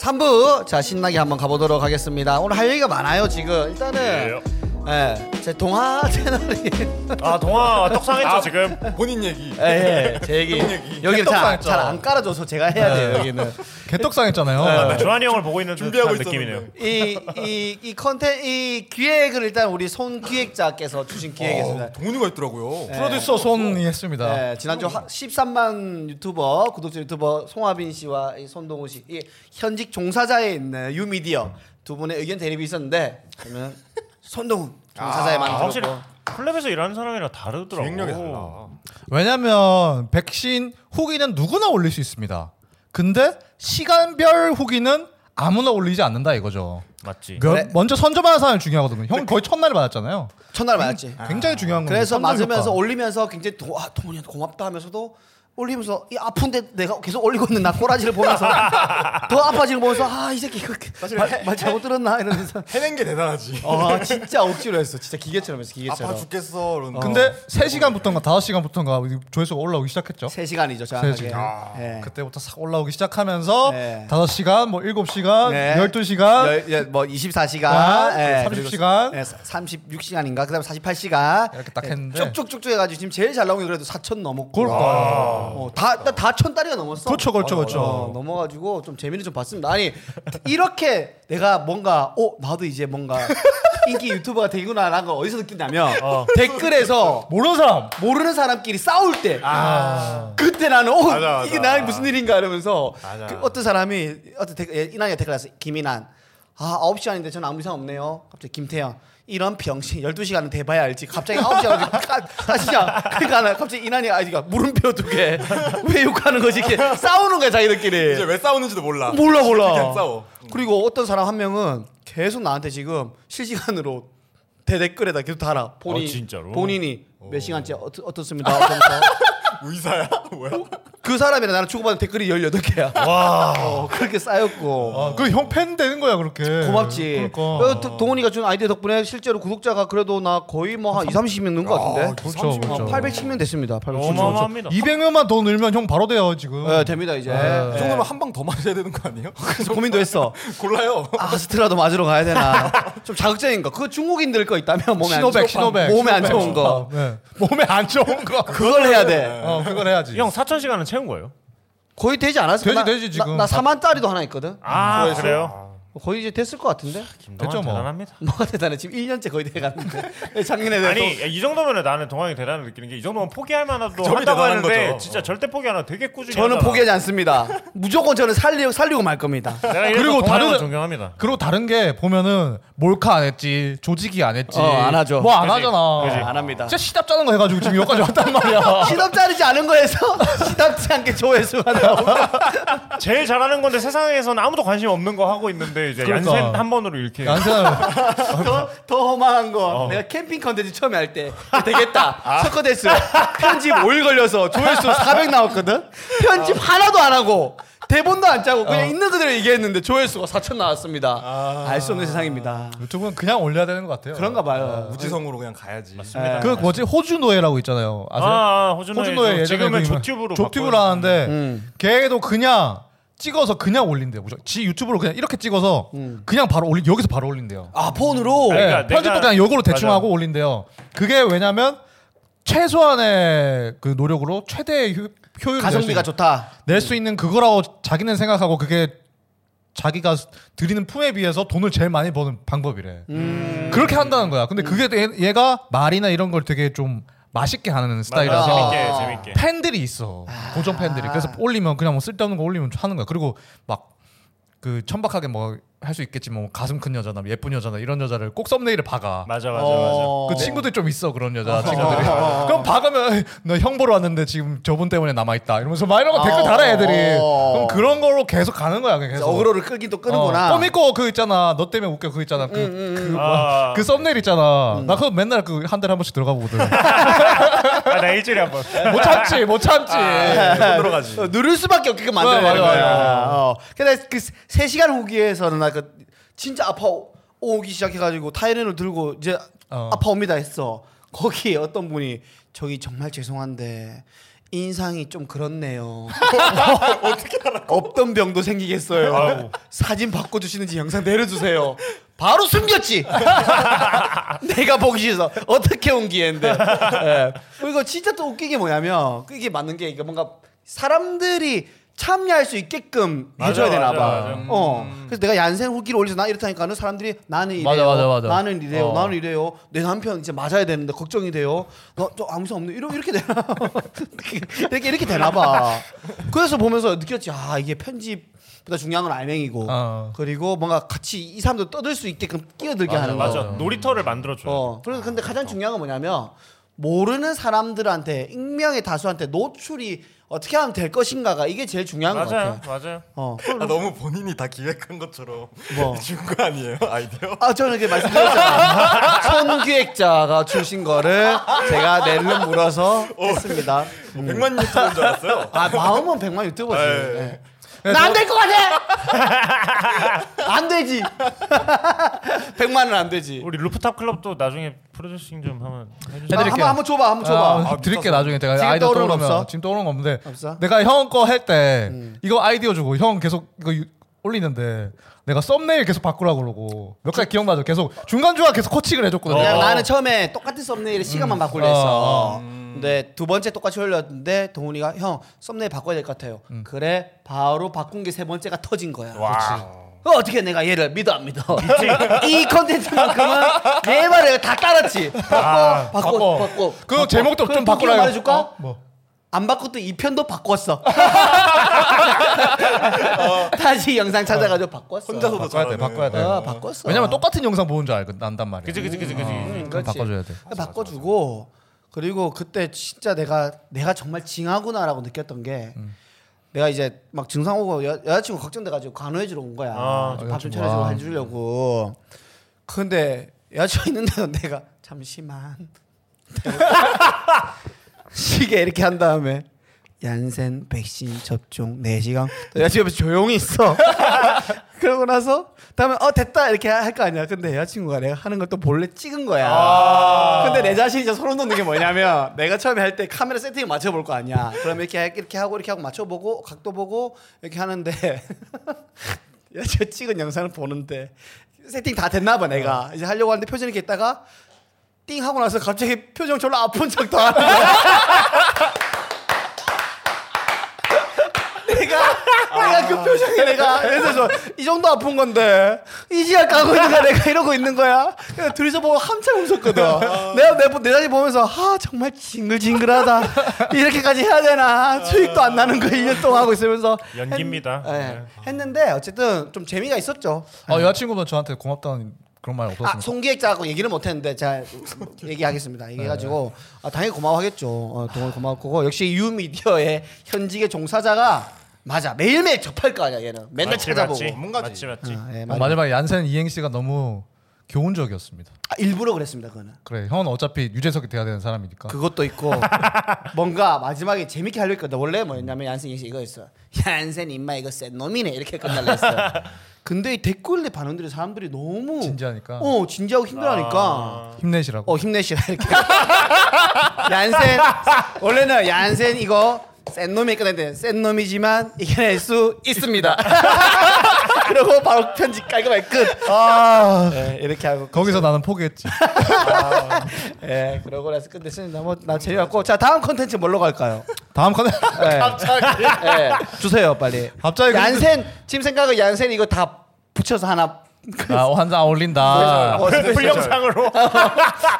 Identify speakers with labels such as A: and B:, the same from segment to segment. A: 3부 자 신나게 한번 가보도록 하겠습니다. 오늘 할 얘기가 많아요 지금. 일단은 예, 제 동화 채널이
B: 아 동화 떡상했죠
C: 아,
B: 지금.
C: 본인 얘기.
A: 예, 예, 제 얘기
C: 얘기.
A: 여기를
C: 개떡상했죠.
A: 잘안 깔아줘서 제가 해야 돼요 여기는.
B: 아,
C: 개떡상했잖아요.
B: 조한이 형을 보고 있는 듯한
C: 준비하고
B: 느낌이네요.
C: 있었는데.
A: 이이이 컨텐 이 기획을 일단 우리 손 기획자께서 주신
C: 어,
A: 기획이었습니다. 예.
C: 동료가 있더라고요.
D: 네. 프로듀서 손이 했습니다.
A: 네, 지난주 하- 13만 유튜버 구독자 유튜버 송하빈 씨와 이 손동우 씨, 이 현직 종사자에 있는 유미디어 두 분의 의견 대립이 있었는데 저는 손동우 종사자에
B: 아, 확실히
A: 만들었고
B: 클럽에서 일하는 사람이랑 다르더라고.
C: 기획력이 달라.
D: 왜냐면 백신 후기는 누구나 올릴 수 있습니다. 근데 시간별 후기는 아무나 올리지 않는다 이거죠.
B: 맞지.
D: 그
A: 그래.
D: 먼저 선점하는 사람이 중요하거든요. 형 거의 첫날에 맞았잖아요.
A: 첫날 맞았지.
D: 굉장히 중요한 거예요.
A: 그래서
D: 선점
A: 맞으면서
D: 효과.
A: 올리면서 굉장히 도, 아, 동훈이한테 고맙다 하면서도 올리면서 이 아픈데 내가 계속 올리고 있는 나 꼬라지를 보면서 더 아파지는 거 보면서 아 이 새끼 이거 말, 말 잘못 들었나 이러면서
C: 해낸 게 대단하지.
A: 아 진짜 억지로 했어 진짜 기계처럼 했어 기계처럼
C: 아파 죽겠어. 그런데.
D: 근데 3시간부터인가 5시간부터인가 조회수가 올라오기 시작했죠.
A: 세시간이죠 정확하게
D: 세 시간.
A: 예.
D: 그때부터 싹 올라오기 시작하면서
A: 네.
D: 5시간, 뭐 7시간,
A: 네.
D: 12시간
A: 열- 열- 뭐 24시간, 예,
D: 아, 30시간.
A: 36시간인가, 그다음 에 48시간
D: 이렇게 딱
A: 예,
D: 했는데.
A: 쭉쭉쭉쭉 해가지고 지금 제일 잘 나온 게 그래도 4천 넘었고,
D: 그걸 봐.
A: 어, 다다천 달이가 넘었어.
D: 그렇죠, 그렇죠, 그렇죠.
A: 어, 넘어가지고 좀 재미를 좀 봤습니다. 아니 이렇게 내가 뭔가 어 나도 이제 뭔가 인기 유튜버가 되구나라는 걸 어디서 느끼냐면 댓글에서
D: 모르는 사람.
A: 모르는 사람끼리 싸울 때 그때 나는 어
C: 아. 맞아, 맞아.
A: 이게 나의 무슨 일인가 이러면서
C: 맞아.
A: 그 어떤 사람이 어떤 댓글 예, 이난이가 댓글 났어 김이난 아 9시 아닌데 저는 아무 이상 없네요 갑자기 김태형 이런 병신 12시간은 돼봐야 알지 갑자기 9시 아니고 다시야 그러니까 나 갑자기 이난이가 아이가 물음표 두개왜 욕하는 거지 이렇게 싸우는 거야 자기들끼리
C: 이제 왜 싸우는지도 몰라.
A: 몰라 몰라.
C: 그냥 싸워.
A: 그리고 어떤 사람 한 명은 계속 나한테 지금 실시간으로 대댓글에다 계속 달아. 본인,
B: 아, 진짜로?
A: 본인이 몇 시간째 어떻, 어떻습니다. 어떻습니까?
C: 의사야? 뭐야?
A: 그 사람이랑 나랑 주고받은 댓글이 18개야. 와. 그렇게 쌓였고.
D: 아, 그형 팬 되는 거야, 그렇게.
B: 네.
A: 고맙지.
D: 그러니까.
A: 어, 도- 동훈이가 준 아이디어 덕분에 실제로 구독자가 그래도 나 거의 뭐
B: 아,
A: 한 2, 30명 는것
C: 아,
A: 같은데.
D: 그렇죠,
C: 30만
D: 그렇죠.
A: 어, 810명 됐습니다. 810명.
B: 어마어마합니다.
D: 200명만 더 늘면 형 바로 돼요, 지금.
A: 예, 됩니다 이제.
B: 네.
D: 아.
C: 이
A: 예.
C: 정도면 한 방 더 맞아야 되는 거 아니에요?
A: 고민도 했어.
C: 골라요.
A: 아, 스트라도 맞으러 가야 되나? 좀 자극적인 거. 그거 중국인들 거 있다면 몸에 안 좋은
D: 신호백, 신호백.
A: 몸에 안
D: 신호백.
A: 좋은 거.
D: 어, 네. 몸에 안 좋은 거.
A: 그걸 네. 해야 돼.
D: 어, 그걸 해야지.
B: 형 4천 시간은 채운 거예요?
A: 거의 되지 않았을까?
D: 되지, 되지, 지금.
A: 나, 나 4만 딸이도 하나 있거든.
B: 아 그래요? 음,
A: 거의 이제 됐을 것 같은데.
B: 김동완
D: 됐죠, 뭐.
B: 대단합니다.
A: 뭐가 대단해. 지금 1년째 거의 돼 가는데. 네, 작년에 내가
B: 아니 이 정도면 나는 동환이 대단히 느끼는 게 이 정도면 포기할 만하도
C: 점이
B: 한다고
C: 대단한
B: 하는데
C: 거죠.
B: 진짜 절대 포기 안 하고 되게 꾸준히
A: 저는
B: 하잖아.
A: 포기하지 않습니다. 무조건 저는 살리고 살리고 말 겁니다.
B: 내가
D: 그리고
B: 그리고 다른
D: 다른-
B: 존경합니다.
D: 그리고 다른 게 보면은 몰카 안 했지, 조직이 안 했지.
A: 어, 안 하죠.
D: 뭐 안
B: 그지,
D: 하잖아.
B: 그지.
A: 안 합니다.
D: 진짜 시답 짜는 거 해가지고 지금 여기까지 왔단 말이야.
A: 시덥 자르지 않은 거에서 시덥지 않게 조회수가 나오고
B: 제일 잘하는 건데 세상에서는 아무도 관심 없는 거 하고 있는데 이제
D: 그러니까.
B: 얀센 한 번으로 이렇게
D: 안세나
A: 더, 더 허망한 건 내가 캠핑 컨텐츠 처음에 할 때 되겠다 석커데스 편집 5일 걸려서 조회수 400 나왔거든 편집 하나도 안 하고 대본도 안 짜고 그냥 있는 그대로 얘기했는데 조회수가 4천 나왔습니다 알 수 없는 세상입니다
D: 유튜브는 그냥 올려야 되는 것 같아요.
A: 그런가 봐요
C: 무지성으로 그냥 가야지.
A: 예.
D: 그 뭐지 호주 노예라고 있잖아요. 아세요?
B: 아, 아, 호주 노예.
D: 예전에
B: 지금은
D: 그
B: 조튜브로
D: 조튜브로
B: 바꿔요.
D: 하는데
A: 음.
D: 걔도 그냥 찍어서 그냥 올린대요. 무조건. 지 유튜브로 그냥 이렇게 찍어서
A: 음.
D: 그냥 바로 올린 여기서 바로 올린대요.
A: 아 폰으로
B: 네.
D: 예, 편집도
B: 내가-
D: 그냥 요거로 대충
B: 맞아.
D: 하고 올린대요. 그게 왜냐면 최소한의 그 노력으로 최대의 효, 효율을
A: 가성비가 좋다
D: 낼
B: 음.
D: 수 있는 그거라고 자기는 생각하고 그게 자기가 스- 드리는 품에 비해서 돈을 제일 많이 버는 방법이래.
B: 음.
D: 그렇게 한다는 거야. 근데 그게 내- 얘가 말이나 이런 걸 되게 좀 맛있게 하는
B: 맞아,
D: 스타일이라서
B: 재밌게
A: 아.
B: 재밌게.
D: 팬들이 있어. 고정 팬들이. 그래서 올리면 그냥 뭐 쓸데없는 거 올리면 하는 거야. 그리고 막 그 천박하게 뭐 할 수 있겠지만 뭐 가슴 큰 여자나 예쁜 여자나 이런 여자를 꼭 썸네일에 박아.
B: 맞아 맞아
A: 어.
D: 그 친구들 좀 있어 그런 여자 친구들이 그럼 박으면 너 형 보러 왔는데 지금 저분 때문에 남아 있다 이러면서 막 이런 거
A: 아,
D: 댓글 달아 애들이
A: 어.
D: 그럼 그런 거로 계속 가는 거야 그냥
A: 그래서
D: 계속
A: 어그로를 끄긴 또 끄는구나 음,
D: 꼬미꼬 그 있잖아 너 때문에 웃겨 그 있잖아 그 그,
B: 맞아.
D: 뭐야.
B: 아,
D: 그 썸네일 있잖아 나 그거 맨날 그 한 달에 한 번씩 들어가 보거든
B: 아, 나 일주일에 한 번.
D: 못 참지 못 참지
A: 아.
C: 손으로 가지.
A: 어, 누를 수밖에 없게끔 만들어내는
D: 어, 맞아,
A: 거야. 어. 근데 그 3시간 후기에서는 나그 진짜 아파 오기 시작해가지고 타이레놀 들고 이제
D: 어.
A: 아파옵니다 했어. 거기 어떤 분이 저기 정말 죄송한데 인상이 좀 그렇네요. 없던 병도 생기겠어요. 사진 바꿔주시는지 영상 내려주세요. 바로 숨겼지. 내가 보기 싫어서 어떻게 온 기회인데. 예. 그리고 진짜 또 웃기게 뭐냐면 그 이게 맞는 게 이게 뭔가 사람들이 참여할 수 있게끔
B: 맞아,
A: 해줘야 되나
B: 맞아,
A: 봐.
B: 맞아. 음.
A: 어. 그래서 내가 얀센 후기를 올려서 나 이렇다니까는 사람들이 나는 이래요.
D: 맞아, 맞아, 맞아.
A: 나는 이래요.
D: 어.
A: 나는 이래요. 내 남편 이제 맞아야 되는데 걱정이 돼요. 너저 아무 상 없네. 이러 이렇게 되나? 이렇게 이렇게 되나 봐. 그래서 보면서 느꼈지. 아, 이게 편집보다 중요한 건 알맹이고.
D: 어.
A: 그리고 뭔가 같이 이 사람도 떠들 수 있게끔 끼어들게
D: 맞아,
A: 하는 거.
B: 맞아. 놀이터를 만들어줘요.
A: 어. 그래서 근데 가장 중요한 건 뭐냐면 모르는 사람들한테 익명의 다수한테 노출이 어떻게 하면 될 것인가가 이게 제일 중요한 것
B: 맞아요,
A: 같아요.
B: 맞아요.
A: 어.
C: 아, 너무 본인이 다 기획한 것처럼
A: 뭐.
C: 준 거 아니에요 아이디어?
A: 아 저는 그 말씀드렸잖아요. 선기획자가 주신 거를 제가 낼름 물어서 했습니다. 음.
C: 뭐 100만 유튜브인 줄 알았어요.
A: 아 마음은 백만 유튜버지.
C: 네.
A: 나 안 될 것 같아. 안 되지. 백만은 안 되지.
B: 우리 루프탑 클럽도 나중에 프로듀싱 좀 하면 해주세요.
A: 아, 한번
D: 해드릴게요.
A: 한번 줘봐. 한번
D: 아,
A: 줘봐.
D: 아, 드릴게 나중에 내가
A: 지금
D: 아이디어
A: 떠오르는
D: 떠오르면
A: 없어?
D: 지금 떠오르는 거 없는데
A: 없어? 음.
D: 내가 형 거 할 때 이거 아이디어 주고 형 계속 이거 유- 올리는데 내가 썸네일 계속 바꾸라고 그러고 몇 가지 기억나죠 계속 중간중간 계속 코칭을 해줬거든요
A: 그냥
D: 어.
A: 나는 처음에 똑같은 썸네일에 시간만 바꾸려
D: 어,
A: 음. 했어. 근데 두 번째 똑같이 올렸는데 동훈이가 형 썸네일 바꿔야 될 것 같아요. 그래 바로 바꾼 게 세 번째가 터진 거야.
B: 와.
A: 어, 어떻게 내가 얘를 믿어 안 믿어? 이 컨텐츠만큼은 내 말을 다 따랐지. 바꿔, 바꿔,
D: 아, 바꿔.
A: 바꿔.
D: 그
A: 바꿔.
D: 제목도
A: 그럼
D: 좀
A: 또
D: 바꾸라
A: 말해줄까?
D: 어? 뭐.
A: 안 바꿨던 이 편도 바꿨어. 다시 영상 찾아가지고 바꿨어.
C: 혼자서도
D: 바꿔야 돼
C: 잘하는.
D: 바꿔야 돼
A: 어, 바꿨어.
D: 왜냐면 똑같은 영상 보는 줄 알고 난단 말이야 어,
B: 그지, 그지, 그지, 그지.
A: 음,
D: 그럼
A: 그렇지.
D: 바꿔줘야 돼
A: 바꿔주고 그리고 그때 진짜 내가 내가 정말 징하구나라고 느꼈던 게
D: 음.
A: 내가 이제 막 증상 오고 여, 여자친구 걱정돼가지고 간호해주러 온 거야.
B: 아,
A: 밥 좀
D: 여자친구.
A: 차려주고
D: 아.
A: 해주려고. 근데 여자친구 있는데도 내가 잠시만 시계 이렇게 한 다음에 얀센 백신 접종 4시간 여자친구 옆에서 조용히 있어 그러고 나서 다음에 어 됐다 이렇게 할 거 아니야 근데 여자친구가 내가 하는 걸 또 몰래 찍은 거야 근데 내 자신이 진짜 소름 돋는 게 뭐냐면 내가 처음에 할 때 카메라 세팅 맞춰볼 거 아니야 그럼 이렇게 하- 이렇게 하고 이렇게 하고 맞춰보고 각도 보고 이렇게 하는데 여자친구 가 찍은 영상을 보는데 세팅 다 됐나 봐
B: 어.
A: 내가 이제 하려고 하는데 표정 이렇게 있다가 띵 하고 나서 갑자기 표정 졸라 아픈 척도 안 하는 거야. 내가 내가
B: 아.
A: 그 표정이 내가 그래서 저이 정도 아픈 건데 이지야 까고 있는 거야 내가 이러고 있는 거야 그래서 둘이서 보고 한참 웃었거든
B: 아.
A: 내가 내, 보- 내 자신 보면서 아 정말 징글징글하다 이렇게까지 해야 되나 수익도 안 나는 거 1년 동안 하고 있으면서
B: 연기입니다.
A: 했,
B: 네.
A: 는데 어쨌든 좀 재미가 있었죠
D: 어, 여자친구분 저한테 고맙다는 그런 말
A: 아,
D: 없었습니다
A: 송기획자하고 얘기를 못했는데 제가 얘기하겠습니다. 얘기해가지고
D: 네.
A: 아, 당연히 고마워하겠죠. 어, 동원 고마울 거고 역시 유미디어의 현직의 종사자가 맞아 매일매일 접할 거 아니야 얘는 맨날
B: 맞지,
A: 찾아보고
B: 맞지,
C: 전문가지.
B: 맞지, 맞지.
A: 아, 예,
D: 어,
A: 맞아.
D: 마지막에 얀센 이행씨가 너무 교훈적이었습니다
A: 아, 일부러 그랬습니다 그거는.
D: 그래 형은 어차피 유재석이 돼야 되는 사람이니까
A: 그것도 있고 뭔가 마지막에 재밌게 하려 했거든. 원래 뭐였냐면 얀센 이씨 이거였어. 얀센 임마 이거 센 놈이네 이렇게 끝날라 했어. 근데 이 댓글에 반응들이 사람들이 너무
D: 진지하니까. 아.
A: 어 진지하고 힘들어하니까.
D: 힘내시라고
A: 어 힘내시라 이렇게 얀센 원래는 얀센 이거 센 놈이 끝났는데 센 놈이지만 이겨낼 수 있습니다 그리고 바로 편집 깔끔하게 끝
D: 아,
A: 예, 이렇게 하고
D: 거기서 나는 포기했지
A: 예 그러고 나서 끝냈습니다 뭐나 재미없고 자 다음 컨텐츠 뭘로 갈까요
D: 다음 컨텐츠 아,
A: 예. 예, 주세요 빨리
D: 네. 갑자기 근데-
A: 얀센 지금 생각은 얀센 이거 다 붙여서 하나
D: 아, 환자 어울린다.
A: 어, 스페셜.
B: 풀영상으로.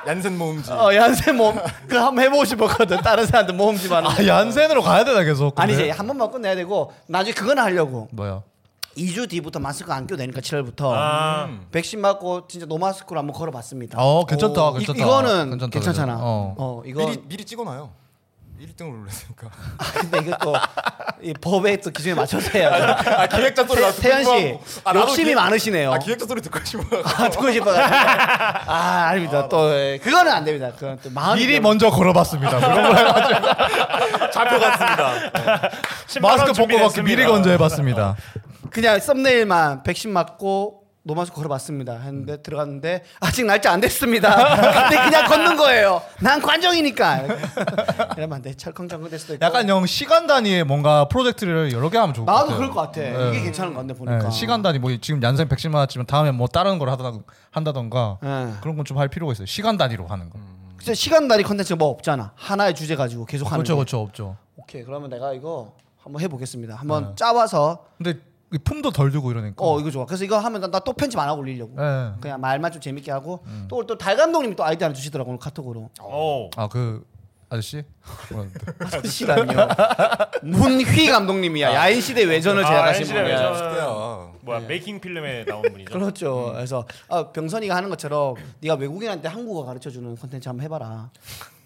C: 얀센 모음지.
A: 어 얀센 몸그 한번 해보고 싶었거든 다른 사람들 모험집안
D: 아, 얀센으로 가야 되나 계속. 근데.
A: 아니지 한 번만 끝내야 되고 나중에 그건 하려고
D: 뭐야?
A: 2주 뒤부터 마스크 안 껴도 되니까 7월부터
B: 아,
A: 백신 맞고 진짜 노마스크로 한번 걸어봤습니다.
D: 어, 괜찮다.
A: 오,
D: 괜찮다.
A: 이, 이거는
D: 괜찮다,
A: 괜찮잖아.
D: 괜찮다.
A: 어,
D: 어.
A: 이거
C: 미리 미리 찍어놔요. 1등을 올렸으니까.
A: 아, 근데 이것도 이 법의 또 기준에 맞춰서 해야 돼.
C: 아 기획자 소리 나서
A: 태현 씨
C: 궁금하고. 아, 나도
A: 욕심이
C: 기획-
A: 많으시네요.
C: 아 기획자 소리 듣고 싶어.
A: 아, 듣고 싶어가지고. 아 아닙니다. 또 예, 그거는 안 됩니다. 그건 또 마음이
D: 미리
A: 되면-
D: 먼저 걸어봤습니다. 뭐 이런 거 해가지고
C: 잡혀갔습니다.
D: 마스크 벗고 밖에 미리 건져 해봤습니다.
A: 그냥 썸네일만 백신 맞고 노마스크 걸어봤습니다. 했는데 들어갔는데 아직 날짜 안 됐습니다. 근데 그냥 걷는 거예요. 난 관종이니까. 이러면 안 돼. 철컹철컹 될 수도 있고.
D: 약간 영 시간 단위의 뭔가 프로젝트를 여러 개 하면 좋을 것 같아요.
A: 나도 그럴 것 같아.
D: 네.
A: 이게 괜찮은 건데
D: 네,
A: 보니까.
D: 시간 단위 뭐 지금 얀센 백신 맞았지만 다음에 뭐 다른 걸 하다 한다던가
A: 예.
D: 그런 건 좀 할 필요가 있어요. 시간 단위로 하는 거.
A: 진짜 시간 단위 컨텐츠 뭐 없잖아. 하나의 주제 가지고 계속 하는.
D: 그렇죠,
A: 게.
D: 그렇죠, 없죠.
A: 오케이. 그러면 내가 이거 한번 해보겠습니다. 한번 짜와서
D: 근데 이 품도 덜 들고 이러니까.
A: 어 이거 좋아. 그래서 이거 하면 나 또 편집 안 하고 올리려고.
D: 예.
A: 그냥 말만 좀 재밌게 하고 또 또 달 감독님이 또 아이디어 하나 주시더라고 오늘 카톡으로.
B: 오.
D: 아그 아저씨 뭐라는데?
A: 시라니요. 아, 문휘 감독님이야. 야인 시대 외전을
B: 아,
A: 제작하신
B: 야인 시대
A: 분이에요.
B: 외전.
C: 그때야.
B: 뭐야 메이킹 필름에 나온 분이죠.
A: 그렇죠. 그래서 아, 병선이가 하는 것처럼 네가 외국인한테 한국어 가르쳐 주는 콘텐츠 한번 해봐라.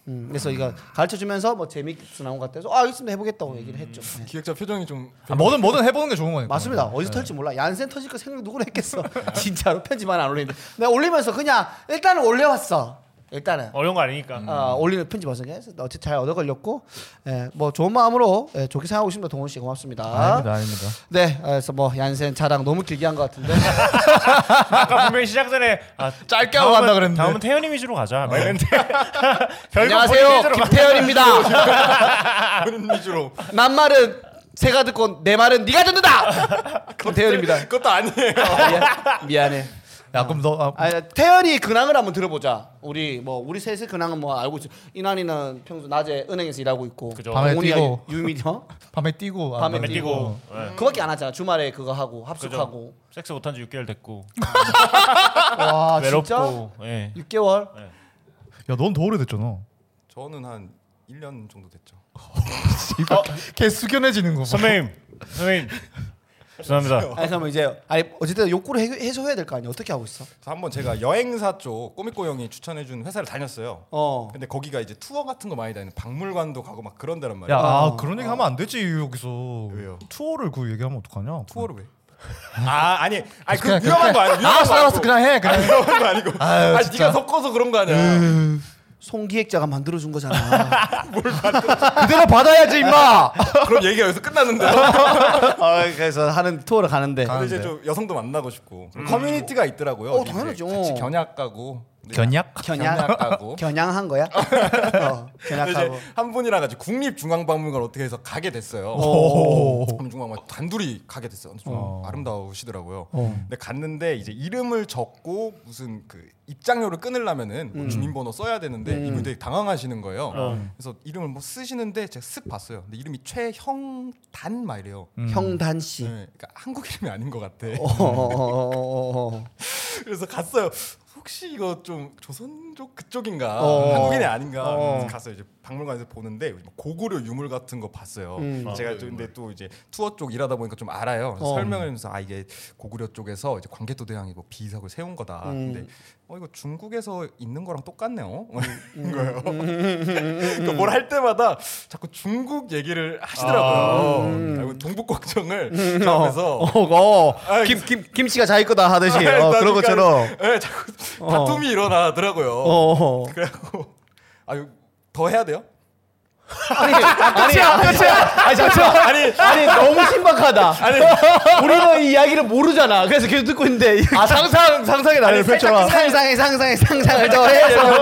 A: 음, 그래서 이거 가르쳐 주면서 뭐 재밌어 나온 것 같아서 아 있으면 해보겠다고 얘기를 했죠. 네.
C: 기획자 표정이 좀
D: 아, 뭐든 뭐든 해보는 게 좋은 거니까.
A: 맞습니다. 어디서 털지 몰라. 얀센 터질 거 생각 누구나 했겠어. 진짜로 편집만 안 올리는데 내가 올리면서 그냥 일단은 올려왔어. 일단은
B: 어려운 거 아니니까.
A: 아, 올리는 편집 와서 어쨌든 잘 얻어 걸렸고 예, 뭐 좋은 마음으로 예, 좋게 생각하고 있습니다. 동원 씨 고맙습니다.
D: 아닙니다, 아닙니다.
A: 네, 그래서 뭐 얀센 자랑 너무 길게 한 것 같은데
B: 아까 분명히 시작 전에 아,
D: 짧게 하고
B: 다음은-
D: 간다 그랬는데.
B: 다음은 태연이 위주로 가자. 막 이랬는데. 결국 본인
A: 안녕하세요
B: 위주로 가-
A: 김태현입니다.
C: 본인 위주로.
A: 남 말은 새가 듣고 내 말은 네가 듣는다. 김태현입니다.
C: 그것도 아니에요.
A: 아, 미안, 해
D: 야 그럼 너 아,
A: 아, 태현이 근황을 한번 들어보자. 우리 뭐 우리 셋의 근황은 뭐 알고 있죠. 이난이는 평소 낮에 은행에서 일하고 있고
B: 그죠.
D: 밤에
A: 동훈이가
D: 뛰고.
A: 유미죠.
D: 밤에 뛰고 아,
A: 밤에
B: 안
D: 나는-
B: 뛰고.
D: 어.
B: 예.
A: 그밖에 안 하잖아. 주말에 그거 하고
B: 그죠.
A: 합숙하고.
B: 섹스 못한 지 6개월 됐고
A: 와 아, 진짜
B: 아, 외롭고 예.
A: 6개월.
D: 야넌 더 오래됐잖아.
C: 저는 한 1년 정도 됐죠.
D: 걔 숙연해지는 거. 봐.
B: 선배님 선배님 죄송합니다
A: 아니 그러면 이제 아니 어쨌든 욕구를 해, 해소해야 될 거 아니야. 어떻게 하고 있어?
C: 그래서 한번 제가 여행사 쪽 꼬미꼬 형이 추천해준 회사를 다녔어요.
A: 어.
C: 근데 거기가 이제 투어 같은 거 많이 다니는 박물관도 가고 막 그런 데란 말이야.
D: 야
C: 요
D: 아, 그런 얘기 하면 안 되지 여기서.
C: 왜요?
D: 투어를 그 얘기하면 어떡하냐?
C: 투어를 왜? 아 아니, 아니 그
D: 그냥-
C: 위험한 거 아니야. 위험한
D: 알았어
C: 거
D: 알았어
C: 아니고.
D: 그냥 해 그냥.
C: 아니, 위험한 거 아니고.
D: 아유,
C: 아
D: 진짜.
C: 네가 섞어서 그런 거 아니야.
A: 송기획자가 만들어 준 거잖아.
D: 그대로 받아야지 임마.
C: 그런 얘기가 여기서 끝났는데.
A: 아, 그래서 하는 투어를 가는데
C: 근데 이제
D: 가는데.
C: 좀 여성도 만나고 싶고 커뮤니티가 있더라고요.
A: 어,
C: 이제
A: 당연하죠.
C: 같이 견약 가고. 근데
D: 견약?
A: 견약
C: 가고.
A: 겨냥한 거야? 어,
C: 근데
A: 견약하고.
C: 이제 한 분이랑 같이 국립중앙박물관 어떻게 해서 가게 됐어요.
D: 오.
C: 중앙박물관 단둘이 가게 됐어요. 좀
D: 어.
C: 아름다우시더라고요.
D: 어.
C: 근데 갔는데 이제 이름을 적고 무슨 그 입장료를 끊으려면은
D: 음.
C: 뭐 주민번호 써야 되는데 이분이 되게 당황하시는 거예요.
D: 어.
C: 그래서 이름을 뭐 쓰시는데 제가 쓱 봤어요. 근데 이름이 최형단 막 이래요.
D: 음.
A: 음. 형단 씨.
C: 네, 그러니까 한국 이름이 아닌 것 같아.
A: 어, 어, 어, 어,
C: 그래서 갔어요. 혹시 이거 좀 조선족 그쪽인가
A: 어.
C: 한국인이 아닌가
A: 어.
C: 그래서 갔어요. 이제 박물관에서 보는데 고구려 유물 같은 거 봤어요.
A: 음.
C: 제가 또 근데 또 이제 투어 쪽 일하다 보니까 좀 알아요. 그래서
A: 어.
C: 설명을 하면서 아 이게 고구려 쪽에서 이제 광개토 대왕이 뭐 비석을 세운 거다.
A: 음.
C: 근데 어 이거 중국에서 있는 거랑 똑같네요.
A: 음.
C: 이런 거예요. 그러니까 뭘 할 때마다 자꾸 중국 얘기를 하시더라고요. 어. 아이고, 동북 걱정을 저
A: 어.
C: 앞에서
A: 아. 어, 어, 어.
C: 아,
A: 김, 김, 김치가 자기 거다 하듯이.
C: 아,
A: 어, 그런
C: 그러니까,
A: 것처럼.
C: 예, 자꾸 다툼이 일어나더라고요.
A: 어, 어.
C: 그래갖고 아유 더 해야 돼요?
A: 아니, 아니, 아니,
D: 아니 잠시만.
C: 아니
A: 아니, 너무 신박하다.
C: 아니
A: 우리는 이 이야기를 모르잖아. 그래서 계속 듣고 있는데. 이-
D: 아 상상 상상이 나를 펼쳐라.
A: 상상에 상상에 상상을 더해서.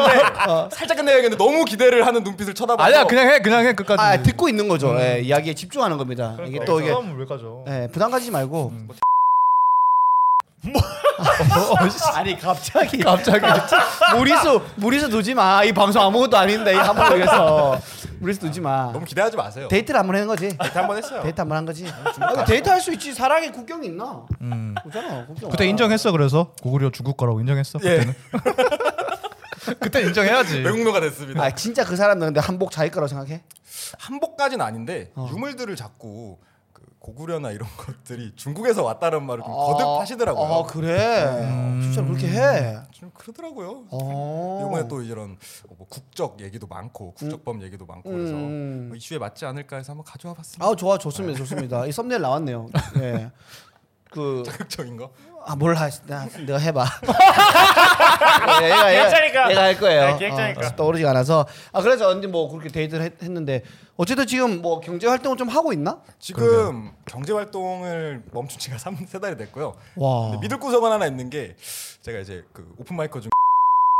A: 어.
C: 살짝 끝내야겠는데 너무 기대를 하는 눈빛을 쳐다보고
D: 아니야 그냥 해 그냥 해 끝까지.
A: 아, 듣고 있는 거죠. 예, 이야기에 집중하는 겁니다. 이게 또 이게
D: 부담을 왜
C: 어.
D: 가져?
A: 예, 부담 가지지 말고.
C: 음.
A: 뭐
C: 뭐? 어,
A: 아니 갑자기
D: 갑자기
A: 무리수 무리수 두지 마. 이 방송 아무것도 아닌데 이 한번 여기서 무리수 두지 마.
C: 너무 기대하지 마세요. 데이트
A: 데이트를 한번 하는 거지.
C: 한번 했어요.
A: 데이트 한번 한 거지. 아, 데이트 할 수 있지. 사랑에 국경이 있나?
C: 음.
A: 그잖아. 국경.
D: 그때 인정했어 그래서 고구려 중국 거라고 인정했어
C: 예.
D: 그때는. 그때 인정해야지.
C: 외국노가 됐습니다.
A: 아 진짜 그 사람들 근데 한복 자기 거라고 생각해?
C: 한복까지는 아닌데
A: 어.
C: 유물들을 자꾸 그 고구려나 이런 것들이 중국에서 왔다는 말을 좀 거듭하시더라고요. 음.
A: 아 그래. 진짜 그렇게 해.
C: 좀 그러더라고요.
A: 어.
C: 이번에 또 이런 뭐 국적 얘기도 많고 국적법 얘기도 많고 그래서
A: 음.
C: 뭐 이슈에 맞지 않을까 해서 한번 가져와 봤습니다.
A: 네. 아 좋아 좋습니다 좋습니다. 이 썸네일 나왔네요. 예. 그
C: 자극적인 거.
A: 아 몰라 나, 내가 해봐 네, 얘가,
B: 기획자니까.
A: 얘가 할 거예요
B: 네, 기획자니까.
A: 어, 떠오르지가 않았어 아 그래서 언제 뭐 그렇게 데이트를 했, 는데 어쨌든 지금 뭐 경제 활동을 좀 하고 있나
C: 지금 경제 활동을 멈춘 지가 3, 세 달이 됐고요.
A: 와
C: 근데 믿을 구석은 하나 있는 게 제가 이제 그 오픈 마이커 중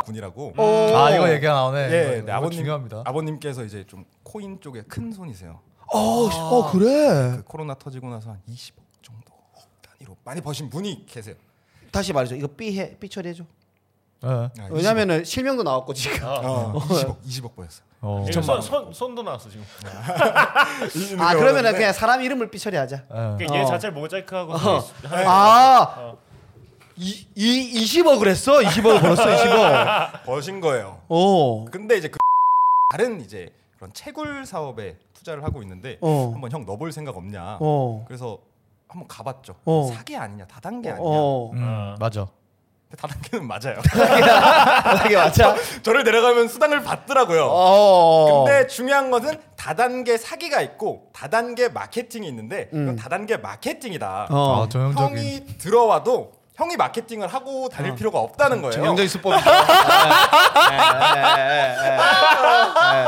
C: 군이라고
A: 오.
D: 아 이거 얘기가 나오네.
C: 예,
D: 이거,
C: 네,
D: 이거
C: 아버님
D: 중요합니다.
C: 아버님께서 이제 좀 코인 쪽에 큰 손이세요.
A: 어, 씨, 어 그래
C: 그 코로나 터지고 나서 한 20억 정도 억 단위로 많이 버신 분이 계세요.
A: 다시 말해줘 이거 삐해 삐 처리해줘
D: 예.
C: 아, 20억.
A: 왜냐면은 실명도 나왔고 지금 아,
C: 어, 20억 20억 보였어요.
D: 어.
B: 지금 손, 손 손도 나왔어 지금.
A: 아 그러면은 그냥 사람 이름을 삐 처리하자
D: 예.
B: 그러니까 얘
A: 어.
B: 자체를 모자이크하고
A: 아 이, 이 20억을 했어 20억을 벌었어 20억 어.
C: 버신 거예요.
A: 오
C: 근데 이제 그 다른 이제 그런 채굴 사업에 투자를 하고 있는데
A: 어.
C: 한번 형 넣어볼 생각 없냐.
A: 어.
C: 그래서 한번 가봤죠.
A: 어.
C: 사기 아니냐, 다단계 아니냐.
A: 어.
D: 음,
B: 아.
D: 맞아.
C: 근데 다단계는 맞아요.
A: 그게 맞아.
C: 저를 내려가면 수당을 받더라고요.
A: 어.
C: 근데 중요한 것은 다단계 사기가 있고 다단계 마케팅이 있는데 이건 다단계 마케팅이다.
A: 음. 어.
D: 아 전형적인.
C: 형이 들어와도 형이 마케팅을 하고 다닐 필요가 없다는 거예요.
A: 전형적인 수법이죠.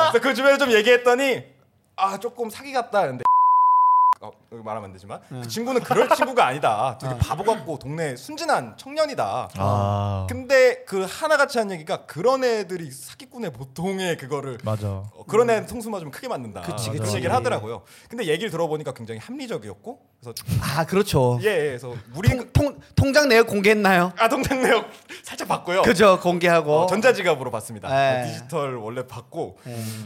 C: 그래서 그 주변에 좀 얘기했더니 아 조금 사기 같다 근데 어, 이거 말하면 안 되지만
A: 음.
C: 그 친구는 그럴 친구가 아니다. 되게 바보 같고 동네 순진한 청년이다.
A: 어.
D: 아
C: 근데 그 하나같이 한 얘기가 그런 애들이 사기꾼의 보통의 그거를
D: 맞아.
C: 어, 그런 애는 통수 맞으면 크게 맞는다.
A: 음. 그치,
C: 그런
A: 그치.
C: 얘기를 하더라고요. 근데 얘기를 들어보니까 굉장히 합리적이었고 그래서
A: 아 그렇죠.
C: 예, 예 그래서 무리
A: 통, 통 통장 내역 공개했나요?
C: 아 통장 내역 살짝 봤고요.
A: 그죠 공개하고.
C: 어, 전자지갑으로 봤습니다. 어,
A: 예.
C: 디지털 원래 봤고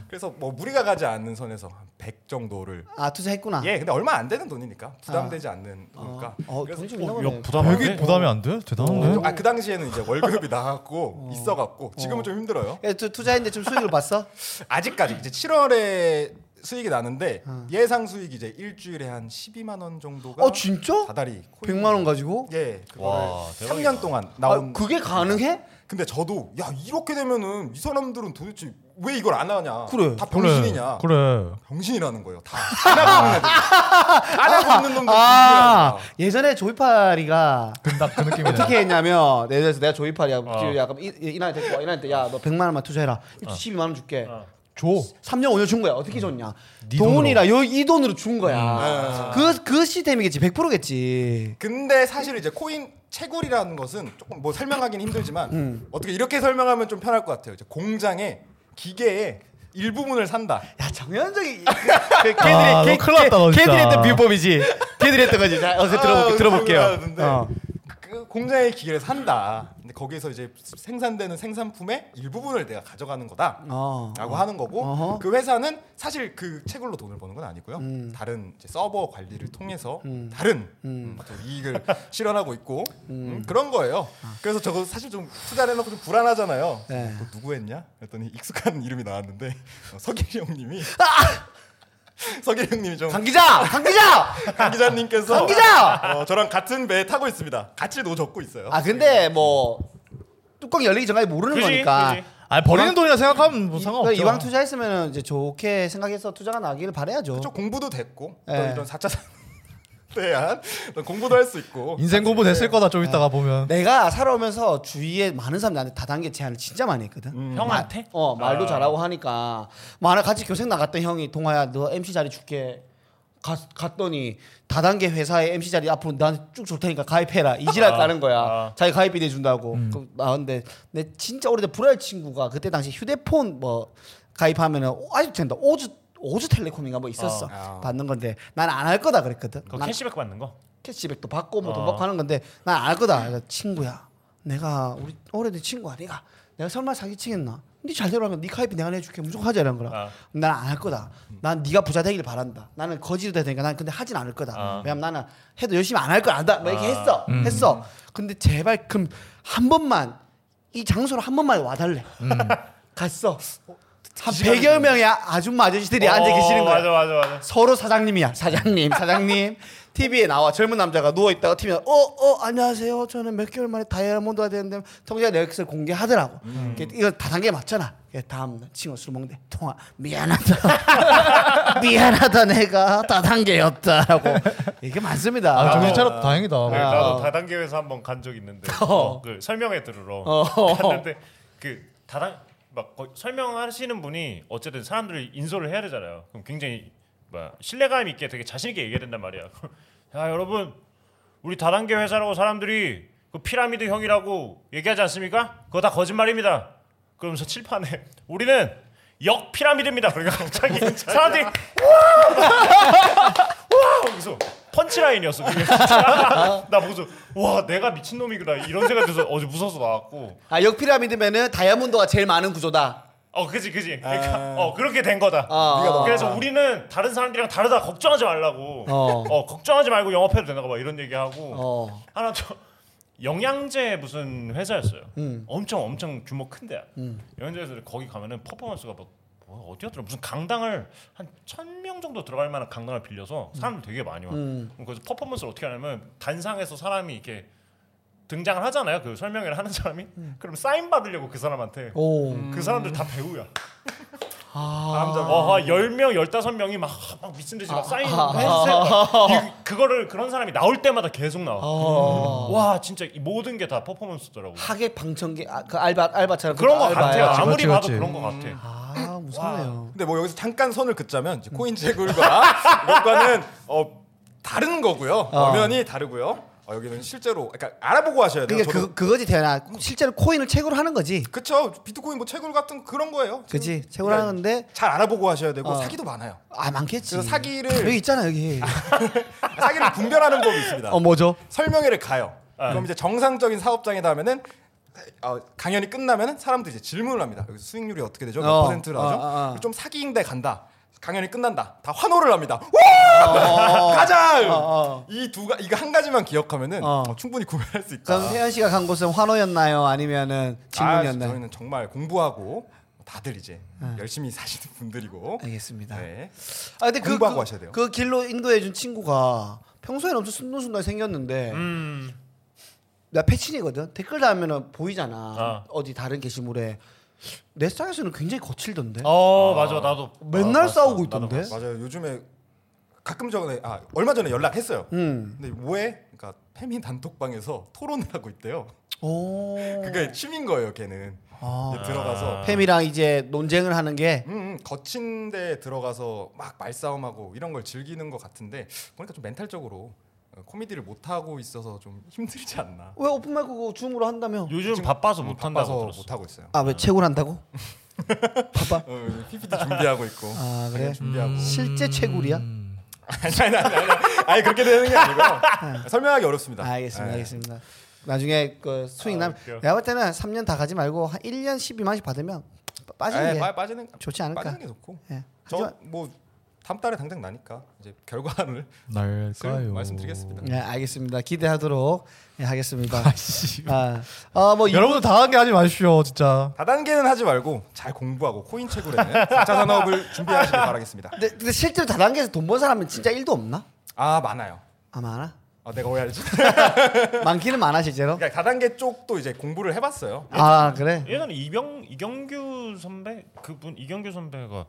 C: 그래서 뭐 무리가 가지 않는 선에서 한 100 정도를
A: 아 투자했구나.
C: 예 근데 얼마 안 되는 돈이니까 부담되지 않는
A: 어,
C: 돈이니까
A: 어,
C: 그래서
A: 돈좀
B: 어,
A: 있나보네.
B: 야, 부담 안
D: 되게
B: 돼?
D: 부담이 안 돼? 어. 대단한데.
C: 아 그 당시에는 이제 월급이 나갔고 있어갖고 지금은 좀 힘들어요.
A: 예, 투- 투자했는데 좀 수익을 봤어?
C: 아직까지 이제 7월에 수익이 나는데 예상 수익 이제 일주일에 한 12만 원 정도가
A: 어 진짜?
C: 다달이 코인.
A: 100만 원 가지고?
C: 예,
B: 와,
C: 그거를 3년 동안 나온.
A: 아, 그게 가능해?
C: 근데 저도 야 이렇게 되면은 이 사람들은 도대체 왜 이걸 안 하냐?
A: 그래.
C: 다 병신이냐?
D: 그래.
C: 병신이라는 거예요. 다안 하고 있는 애들. 안 하고 있는 놈들
A: 아
C: 아,
A: 예전에 조이파리가
D: 딱그 느낌이네.
A: 어떻게 했냐면 예를 들어서 내가 조이파리야
B: 어.
A: 지금 약간 이- 이- 이날 데리고 와, 이날 때야너 100만 원만
C: 어.
A: 투자해라 12만 원 줄게
B: 어.
D: 줘.
A: 3년 5년 준 거야. 어떻게 줬냐?
D: 네
A: 돈이라 요, 이 돈으로 준 거야.
C: 음.
A: 그 그 시스템이겠지. 100%겠지.
C: 근데 사실 이제 코인 채굴이라는 것은 조금 뭐 설명하기는 힘들지만
A: 음.
C: 어떻게 이렇게 설명하면 좀 편할 것 같아요. 이제 공장에 기계에 일부분을 산다.
A: 야 정현석이 그, 그 걔들이
D: 아, 너 큰일 났다, 너 진짜.
A: 걔들이 했던 비법이지. 걔들이 했던 거지. 자, 어서 들어볼게,
C: 아,
A: 들어볼게요.
C: 그러는데
A: 어.
C: 그 공장의 기계를 산다. 근데 거기에서 이제 생산되는 생산품의 일부분을 내가 가져가는 거다.
A: 어.
C: 라고 하는 거고
A: 어허.
C: 그 회사는 사실 그 채굴로 돈을 버는 건 아니고요
A: 음.
C: 다른 이제 서버 관리를 통해서
A: 음.
C: 다른
A: 음.
C: 음, 또 이익을 실현하고 있고 음, 그런 거예요 그래서 저거 사실 좀 투자를 해놓고 좀 불안하잖아요
A: 아. 네.
C: 또 누구 했냐 했더니 익숙한 이름이 나왔는데 어, 서길 형님이 서길 형님이 좀
A: 아, 강 기자, 강 기자.
C: 강 기자님께서
A: 강 기자!
C: 어, 저랑 같은 배에 타고 있습니다. 같이 노 젓고 있어요.
A: 아 근데 뭐 뚜껑 열리기 전까지 모르는
B: 그지,
A: 거니까.
B: 그지.
D: 아 버리는 돈이라 생각하면 뭐
A: 이-
D: 상관없죠.
A: 이왕 투자했으면 이제 좋게 생각해서 투자가 나기를 바라야죠.
C: 저 공부도 됐고 또
A: 예.
C: 이런 4차 산업에 대한 어떤 공부도 할 수 있고
D: 인생 공부 됐을 거다 좀 이따가 보면.
A: 내가 살아오면서 주위에 많은 사람들한테 다단계 제안을 진짜 많이 했거든.
B: 형한테?
A: 어 말도
B: 아.
A: 잘하고 하니까 만약 같이 교생 나갔던 형이 동아야 너 MC 자리 줄게 갔, 갔더니 다단계 회사의 MC 자리 앞으로 나한테 쭉 줄 테니까 가입해라 이지랄
B: 아,
A: 까는 거야
B: 아. 음.
A: 자기 가입비 내준다고 그, 아 근데 내 진짜 오래된 불알 친구가 그때 당시 휴대폰 뭐 가입하면은 오- 아직도 된다 오즈 오즈 텔레콤인가 뭐 있었어
C: 아.
A: 받는 건데 난 안 할 거다 그랬거든
B: 그거
A: 난
B: 캐시백 받는 거.
A: 캐시백도 받고 뭐 돈
B: 어.
A: 받고 하는 건데 난 알 거다. 그래서 친구야, 내가 우리 오래된 친구야. 내가 내가 설마 사기치겠나? 네잘 되라면 네 카이비 내가 내줄게 무조건 하자 이런 거라.
B: 아.
A: 난 안 할 거다. 난 네가 부자 되길 바란다. 나는 거지로 되야 되니까 난 근데 하진 않을 거다.
B: 아.
A: 왜냐면 나는 해도 열심히 안 할 걸 안다. 막 이렇게
B: 아.
A: 했어, 했어. 근데 제발 그럼 한 번만 이 장소로 한 번만 와달래.
B: 음.
A: 갔어. 한 100여
B: 어,
A: 명의 아줌마 아저씨들이 네, 앉아 계시는 거야.
B: 맞아 맞아 맞아.
A: 서로 사장님이야. 사장님, 사장님. TV에 나와 젊은 남자가 누워 있다가 TV에 어, 어, 안녕하세요. 저는 몇 개월 만에 다이아몬드가 되는데 통장 내역을 공개하더라고.
B: 음.
A: 이게 이거 다단계 맞잖아. 이게 다음 날 친구 술 먹는데 통화 미안하다. 미안하다 내가 다단계였다라고. 이게 많습니다. 어.
D: 아, 정신
B: 나도-
D: 차렸다 다행이다.
B: 네,
A: 아.
B: 나도 다단계 회사 한번 간 적 있는데
A: 어.
B: 그 설명회 들으러
A: 어.
B: 갔는데 그 다단 막 거의 설명하시는 분이 어쨌든 사람들을 인솔을 해야 되잖아요. 그럼 굉장히 뭐 신뢰감 있게 되게 자신 있게 얘기해야 된단 말이야. 야 여러분 우리 다단계 회사라고 사람들이 그 피라미드 형이라고 얘기하지 않습니까? 그거 다 거짓말입니다. 그러면서 칠판에 우리는 역 피라미드입니다. 그러니까 갑자기 사람들이 와! 와! 그래서 펀치라인이었어. 그게 진짜. 나 보고서 와 내가 미친 놈이구나 이런 생각 들어서 어제 무서워서 나왔고.
A: 아, 역피라미드면은 다이아몬드가 제일 많은 구조다.
B: 어, 그지, 그지. 그러니까 어 그렇게 된 거다.
A: 아,
C: 네가 너-
B: 그래서 우리는 다른 사람들이랑 다르다 걱정하지 말라고.
A: 어.
B: 어, 걱정하지 말고 영업해도 된다고 막 이런 얘기하고.
A: 어.
B: 하나 더 영양제 무슨 회사였어요. 엄청 엄청 규모 큰데. 야 영양제에서 거기 가면은 퍼포먼스가 막 뭐야, 어디였더라 무슨 강당을 한1,000명 정도 들어갈 만한 강당을 빌려서 사람들 되게 많이 와. 그래서 퍼포먼스를 어떻게 하냐면 단상에서 사람이 이렇게 등장을 하잖아요. 그 설명회를 하는 사람이. 그럼 사인 받으려고 그 사람한테.
A: 오.
B: 그 사람들 다 배우야.
C: 남자
B: 와, 10명, 15명이 막, 막 미친 듯이 막 사인 해주세요. 그거를 그런 사람이 나올 때마다 계속 나와.
A: 어.
B: 와, 진짜 이 모든 게 다 퍼포먼스더라고.
A: 하객 방청객 아, 그 알바 알바처럼
B: 그런 거
A: 알바,
B: 같아요.
A: 알바.
D: 맞지,
B: 아무리
D: 맞지,
B: 봐도
D: 맞지.
B: 그런 거 같아.
A: 아, 무서워요.
C: 근데 뭐 여기서 잠깐 선을 긋자면 이제 코인 채굴과 이것과는 어 다른 거고요.
A: 어.
C: 엄연히 다르고요. 어, 여기는 실제로 그러니까 알아보고 하셔야 돼요.
A: 그러니까 그
C: 저도-
A: 그거지 태연아. 실제로 코인을 채굴 하는 거지.
C: 그쵸 비트코인 뭐 채굴 같은 그런 거예요.
A: 그치
C: 지금
A: 채굴
C: 그러니까
A: 하는데
C: 잘 알아보고 하셔야 되고
A: 어.
C: 사기도 많아요.
A: 아 많겠지.
C: 그래서 사기를-
A: 여기 있잖아 여기.
C: 사기를 분별하는 법이 있습니다.
A: 어 뭐죠?
C: 설명회를 가요.
A: 아.
C: 그럼 이제 정상적인 사업장에다 하면은 어, 강연이 끝나면은 사람들이 이제 질문을 합니다. 여기서 수익률이 어떻게 되죠? 몇
A: 어.
C: 퍼센트를 하죠?
A: 아, 아, 아.
C: 좀 사기인데 간다. 강연이 끝난다. 다 환호를 합니다. 와! 가자!
A: 어,
C: 이 두가 이거 한 가지만 기억하면은
A: 어.
C: 어, 충분히 구매할 수 있다.
A: 그럼 태연 씨가 간 곳은 환호였나요? 아니면은
C: 아,
A: 질문이었나요?
C: 저희는 정말 공부하고 다들 이제 열심히 사시는 분들이고.
A: 네. 알겠습니다.
C: 네.
A: 아 근데 그,
C: 공부하고
A: 그,
C: 하셔야 돼요.
A: 그 길로 인도해 준 친구가 평소에는 엄청 순둥순둥 생겼는데 음. 나 패친이거든. 댓글 달면은 보이잖아.
B: 아.
A: 어디 다른 게시물에 내 쌍에서는 굉장히 거칠던데.
B: 어, 맞아. 나도.
A: 맨날
B: 아,
A: 싸우고
B: 맞다. 나도
A: 있던데.
B: 봤어.
C: 맞아요. 요즘에 가끔 전에 아 얼마 전에 연락했어요.
A: 음.
C: 근데 뭐해? 그러니까 페미 단톡방에서 토론을 하고 있대요.
A: 오.
C: 그게 취미인 거예요, 걔는.
A: 어. 아.
C: 이제 들어가서
A: 팸이랑 이제 논쟁을 하는 게
C: 음, 음, 거친 데 들어가서 막 말싸움하고 이런 걸 즐기는 것 같은데 보니까 좀 멘탈적으로 어, 코미디를 못 하고 있어서 좀 힘들지 않나.
A: 왜 오픈마이크 그거 줌으로 한다며?
B: 요즘 바빠서 못 한다고
C: 바빠서
B: 들었어.
C: 못 하고 있어요.
A: 아 왜 채굴 한다고? 바빠.
C: 어, PPT 준비하고 있고. 네,
A: 아 그래?
C: 준비하고.
B: 음.
A: 실제 채굴이야?
C: 아니 아니 아니 아니. 아니 그렇게 되는 게 아니고 설명하기 어렵습니다.
A: 아, 알겠습니다,
C: 예.
A: 알겠습니다. 나중에 그 수익
B: 아,
A: 남
B: 웃겨.
A: 내가 볼 때는 3년 다 가지 말고 한 1년 12만씩 받으면 빠-
C: 예,
A: 빠지는 게
C: 빠- 빠지는
A: 좋지 않을까?
C: 빠지는 게 좋고.
A: 예. 하지만-
C: 저 뭐 다음 달에 당장 나니까 이제 결과를
D: 날까요?
C: 말씀드리겠습니다.
A: 네, 알겠습니다. 기대하도록 예, 하겠습니다. 아, 아, 뭐 이-
D: 어, 여러분들 다단계 하지 마십시오 진짜.
C: 다단계는 하지 말고 잘 공부하고 코인 채굴에는 4차 산업을 준비하시길 바라겠습니다.
A: 근데, 근데 실제로 다단계에서 돈 번 사람은 진짜 1도 없나?
C: 아 많아요.
A: 아 많아?
C: 아, 내가 왜 알지?
A: 많기는 많아 실제로.
C: 그러니까 다단계 쪽도 이제 공부를 해봤어요.
A: 아 그래?
B: 예전에 이병 이경규 선배 그분 이경규 선배가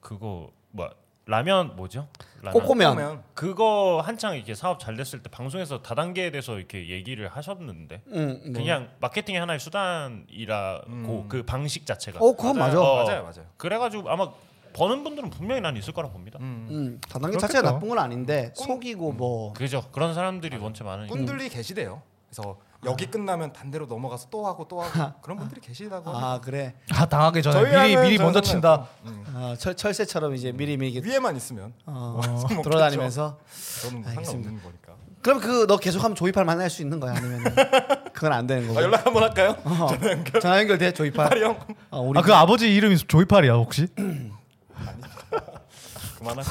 B: 그거 뭐 라면 뭐죠? 라면.
A: 꼬꼬면.
C: 그러면
B: 그거 한창 이렇게 사업 잘 됐을 때 방송에서 다단계에 대해서 이렇게 얘기를 하셨는데
A: 응. 뭐.
B: 그냥 마케팅의 하나의 수단이라고 그 방식 자체가
A: 어 그건 맞아.
B: 맞아요.
C: 맞아요, 맞아요.
B: 그래가지고 아마 버는 분들은 분명히 난 있을 거라 봅니다.
A: 음, 다단계 자체가
D: 그렇겠죠.
A: 나쁜 건 아닌데 속이고 뭐
B: 그죠? 그런 사람들이 원체 많으니까.
C: 분들이 계시대요. 그래서 여기 끝나면 반대로 넘어가서 또 하고 또 하고 그런 분들이 계시다고. 합니다.
A: 아 그래
D: 아 당하기 전에
C: 저희
D: 미리
C: 하면
D: 미리
C: 저는
D: 먼저 친다.
C: 상관없고. 음.
A: 아, 철, 철새처럼 이제 미리미리 이렇게
C: 위에만 있으면
A: 어,
C: 뭐 먹겠죠.
A: 돌아다니면서
C: 저는 뭐
A: 알겠습니다.
C: 상관없는 거니까.
A: 그럼 그 너 계속하면 조이팔 만날 수 있는 거야 아니면 그건 안 되는 거고
C: 아, 연락 한번 할까요?
A: 어, 전화 연결돼 조이팔
C: 파리 형
A: 어, 우리
D: 아 그 아버지 이름이 조이팔이야 혹시?
B: 그만하고.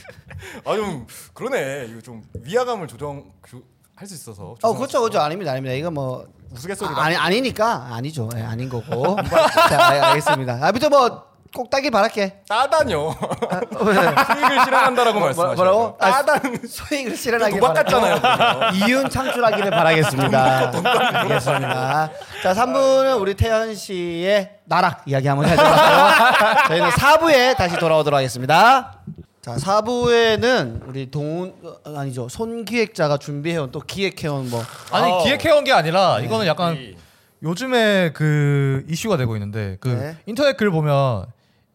C: 아좀 그러네 이거 좀 위화감을 조정 그, 할 수 있어서
A: 어 그렇죠 그렇죠 아닙니다 아닙니다 이거 뭐
C: 우스갯소리가
A: 예, 아, 아니 아니니까 아니죠 예, 아닌 거고 자 알- 알겠습니다 아무튼 뭐 꼭 따길 바랄게.
C: 따다뇨.
A: 아, 왜?
C: 수익을 실현한다라고 뭐, 말씀하셨어요.
A: 뭐라고? 아,
C: 따다는
A: 소익을 실현하길
C: 도박
A: 바라.
C: 같잖아요. 그거.
A: 이윤 창출하기를 바라겠습니다. 알겠습니다. 자, 3부는 우리 태현 씨의 나락 이야기 한번 해보도록 하고요. 저희는 4부에 다시 돌아오도록 하겠습니다. 자, 4부에는 우리 동훈 어, 아니죠. 손 기획자가 준비해온 또 기획해온 뭐
D: 아니
B: 어.
D: 기획해온 게 아니라 이거는 약간
B: 이-
D: 요즘에 그 이슈가 되고 있는데 그
A: 네.
D: 인터넷 글 보면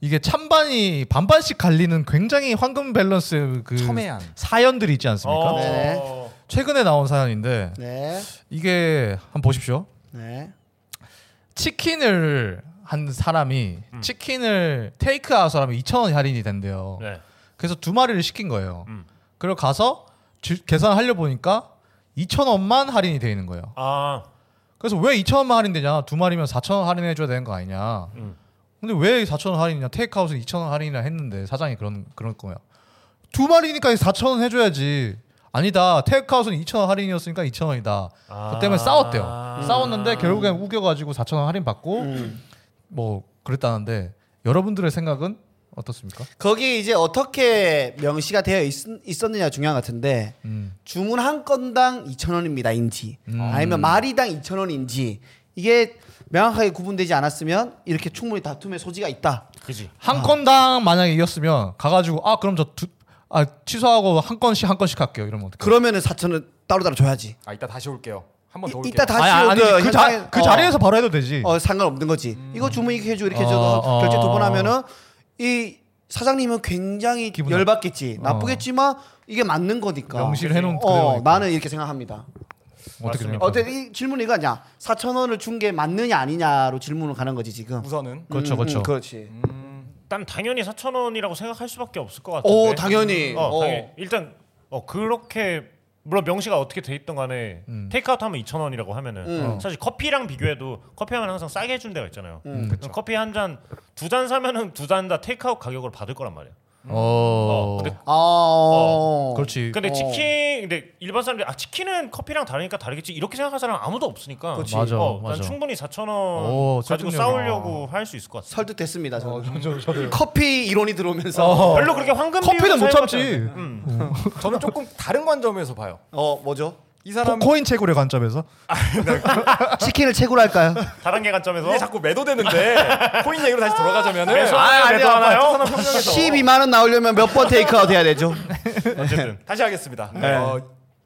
D: 이게 찬반이 반반씩 갈리는 굉장히 황금 밸런스 그
C: 첨예한.
D: 사연들이 있지 않습니까?
B: 어.
A: 네.
D: 최근에 나온 사연인데
A: 네.
D: 이게 한번 보십시오.
A: 네.
D: 치킨을 한 사람이
B: 음.
D: 치킨을 테이크아웃 사람이 2,000원 할인이 된대요.
B: 네.
D: 그래서 두 마리를 시킨 거예요.
B: 음.
D: 그리고 가서 주- 계산하려 보니까 2,000원만 할인이 돼 있는 거예요.
B: 아,
D: 그래서 왜 2,000원만 할인되냐? 두 마리면 4,000원 할인해 줘야 되는 거 아니냐?
B: 음.
D: 근데 왜 4,000원 할인이냐? 테이크아웃은 2,000원 할인이라 했는데 사장이 그런 그런 거야. 두 마리니까 4,000원 해 줘야지. 아니다. 테이크아웃은 2,000원 할인이었으니까 2,000원이다. 그 때문에
A: 아.
D: 싸웠대요.
B: 아.
A: 음.
D: 싸웠는데 결국엔 우겨 가지고 4,000원 할인 받고 뭐 그랬다는데 여러분들의 생각은 어떻습니까?
A: 거기 이제 어떻게 명시가 되어 있, 었느냐 중요한 것 같은데
D: 음.
A: 주문 한 건당 2,000원입니다인지 아니면 마리당 2,000원인지 이게 명확하게 구분되지 않았으면 이렇게 충분히 다툼의 소지가 있다.
B: 그지.
D: 한
A: 아.
D: 건당 만약에 이었으면 가 가지고 아, 그럼 저 두 아, 취소하고 한 건씩 한 건씩 할게요. 이러면 어떡해?
A: 그러면은 4,000원 따로따로 줘야지.
C: 아 이따 다시 올게요. 한번 더
A: 이-
C: 올게요.
A: 이따 다시
D: 아니, 아니,
A: 오그
D: 그, 자,
A: 현장에-
D: 그
A: 어.
D: 자리에서 바로 해도 되지.
A: 어 상관없는 거지. 이거 주문 이렇게 해주고 이렇게
D: 어,
A: 해줘도
D: 음. 어.
A: 결제 두 번 하면은 이 사장님은 굉장히
D: 기분 나-
A: 열받겠지.
D: 어.
A: 나쁘겠지만 이게 맞는 거니까.
D: 명시를 해놓은
A: 어,
D: 그대로니까.
A: 나는 이렇게 생각합니다.
D: 어떻게
B: 맞습니다.
D: 됩니까?
A: 어때 이 질문이 이거냐? 4천 원을 준 게 맞느냐 아니냐로 질문을 가는 거지 지금.
C: 우선은
D: 그렇죠, 그렇죠.
A: 그렇지.
B: 난 당연히 4천 원이라고 생각할 수밖에 없을 것 같은데.
A: 오 당연히.
B: 어,
A: 어.
B: 당연히. 일단 어 그렇게 물론 명시가 어떻게 돼 있던 간에
D: 음.
B: 테이크아웃 하면 2,000원이라고 하면은
D: 어.
A: 음.
B: 사실 커피랑 비교해도 커피 하면 항상 싸게 해준 데가 있잖아요. 그럼 커피 한 잔 두 잔 사면은 두 잔 다 테이크아웃 가격으로 받을 거란 말이에요.
D: 어.
B: 어, 근데,
A: 아, 어.
D: 그렇지.
B: 근데
A: 어.
B: 치킨 근데 일반 사람들이 아 치킨은 커피랑 다르니까 다르겠지 이렇게 생각할 사람 은 아무도 없으니까.
D: 그치. 맞아,
B: 어, 난
D: 맞아.
B: 충분히 4,000원 가지고
D: 오, 설득력이다.
B: 싸우려고 할 수 있을 것 같아.
A: 설득됐습니다. 저는.
D: 저,
A: 커피 이론이 들어오면서.
D: 어.
B: 별로 그렇게 황금
D: 커피는
B: 비율로
D: 못
B: 사용하지
D: 참지.
B: 않는데. 음.
C: 저는 조금 다른 관점에서 봐요.
A: 어 뭐죠?
C: 이 사람
D: 코, 코인 채굴의 관점에서
A: 치킨을 최고로 할까요?
B: 다른 게 관점에서
C: 이게 자꾸 매도되는데 코인 얘기로 다시 돌아가자면은
B: 매수 하나요, 매도 하나요?
C: 하나 평양에서
A: 12만 원 나오려면 몇 번 테이크아웃 해야 되죠?
B: 어쨌든
C: 다시 하겠습니다. 어,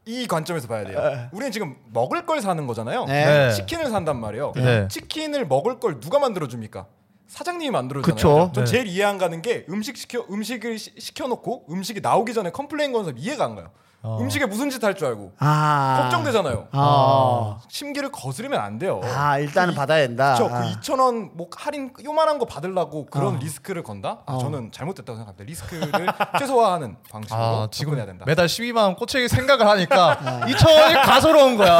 C: 이 관점에서 봐야 돼요. 우리는 지금 먹을 걸 사는 거잖아요.
A: 네.
C: 치킨을 산단 말이에요.
D: 네.
C: 치킨을 먹을 걸 누가 만들어 줍니까? 사장님이 만들어주잖아요.
A: 그쵸.
C: 전
D: 네.
C: 제일 이해 안 가는 게 음식 시켜 음식을 시, 시켜놓고 음식이 나오기 전에 컴플레인 건 사람 이해가 안 가요. 음식에 무슨 짓 할 줄 알고
A: 아.
C: 걱정되잖아요.
A: 아.
C: 심기를 거스르면 안 돼요.
A: 아 일단은 받아야 된다.
C: 그렇죠.
A: 아.
C: 그 2천 원뭐 할인 요만한 거 받으려고 그런 리스크를 건다? 아,
A: 어.
C: 저는 잘못됐다고 생각합니다. 리스크를 최소화하는 방식으로
A: 어,
D: 아,
C: 접근해야
D: 지금
C: 된다.
D: 매달 12만 원 꽂히기 생각을 하니까 2천 원이 가소로운 거야.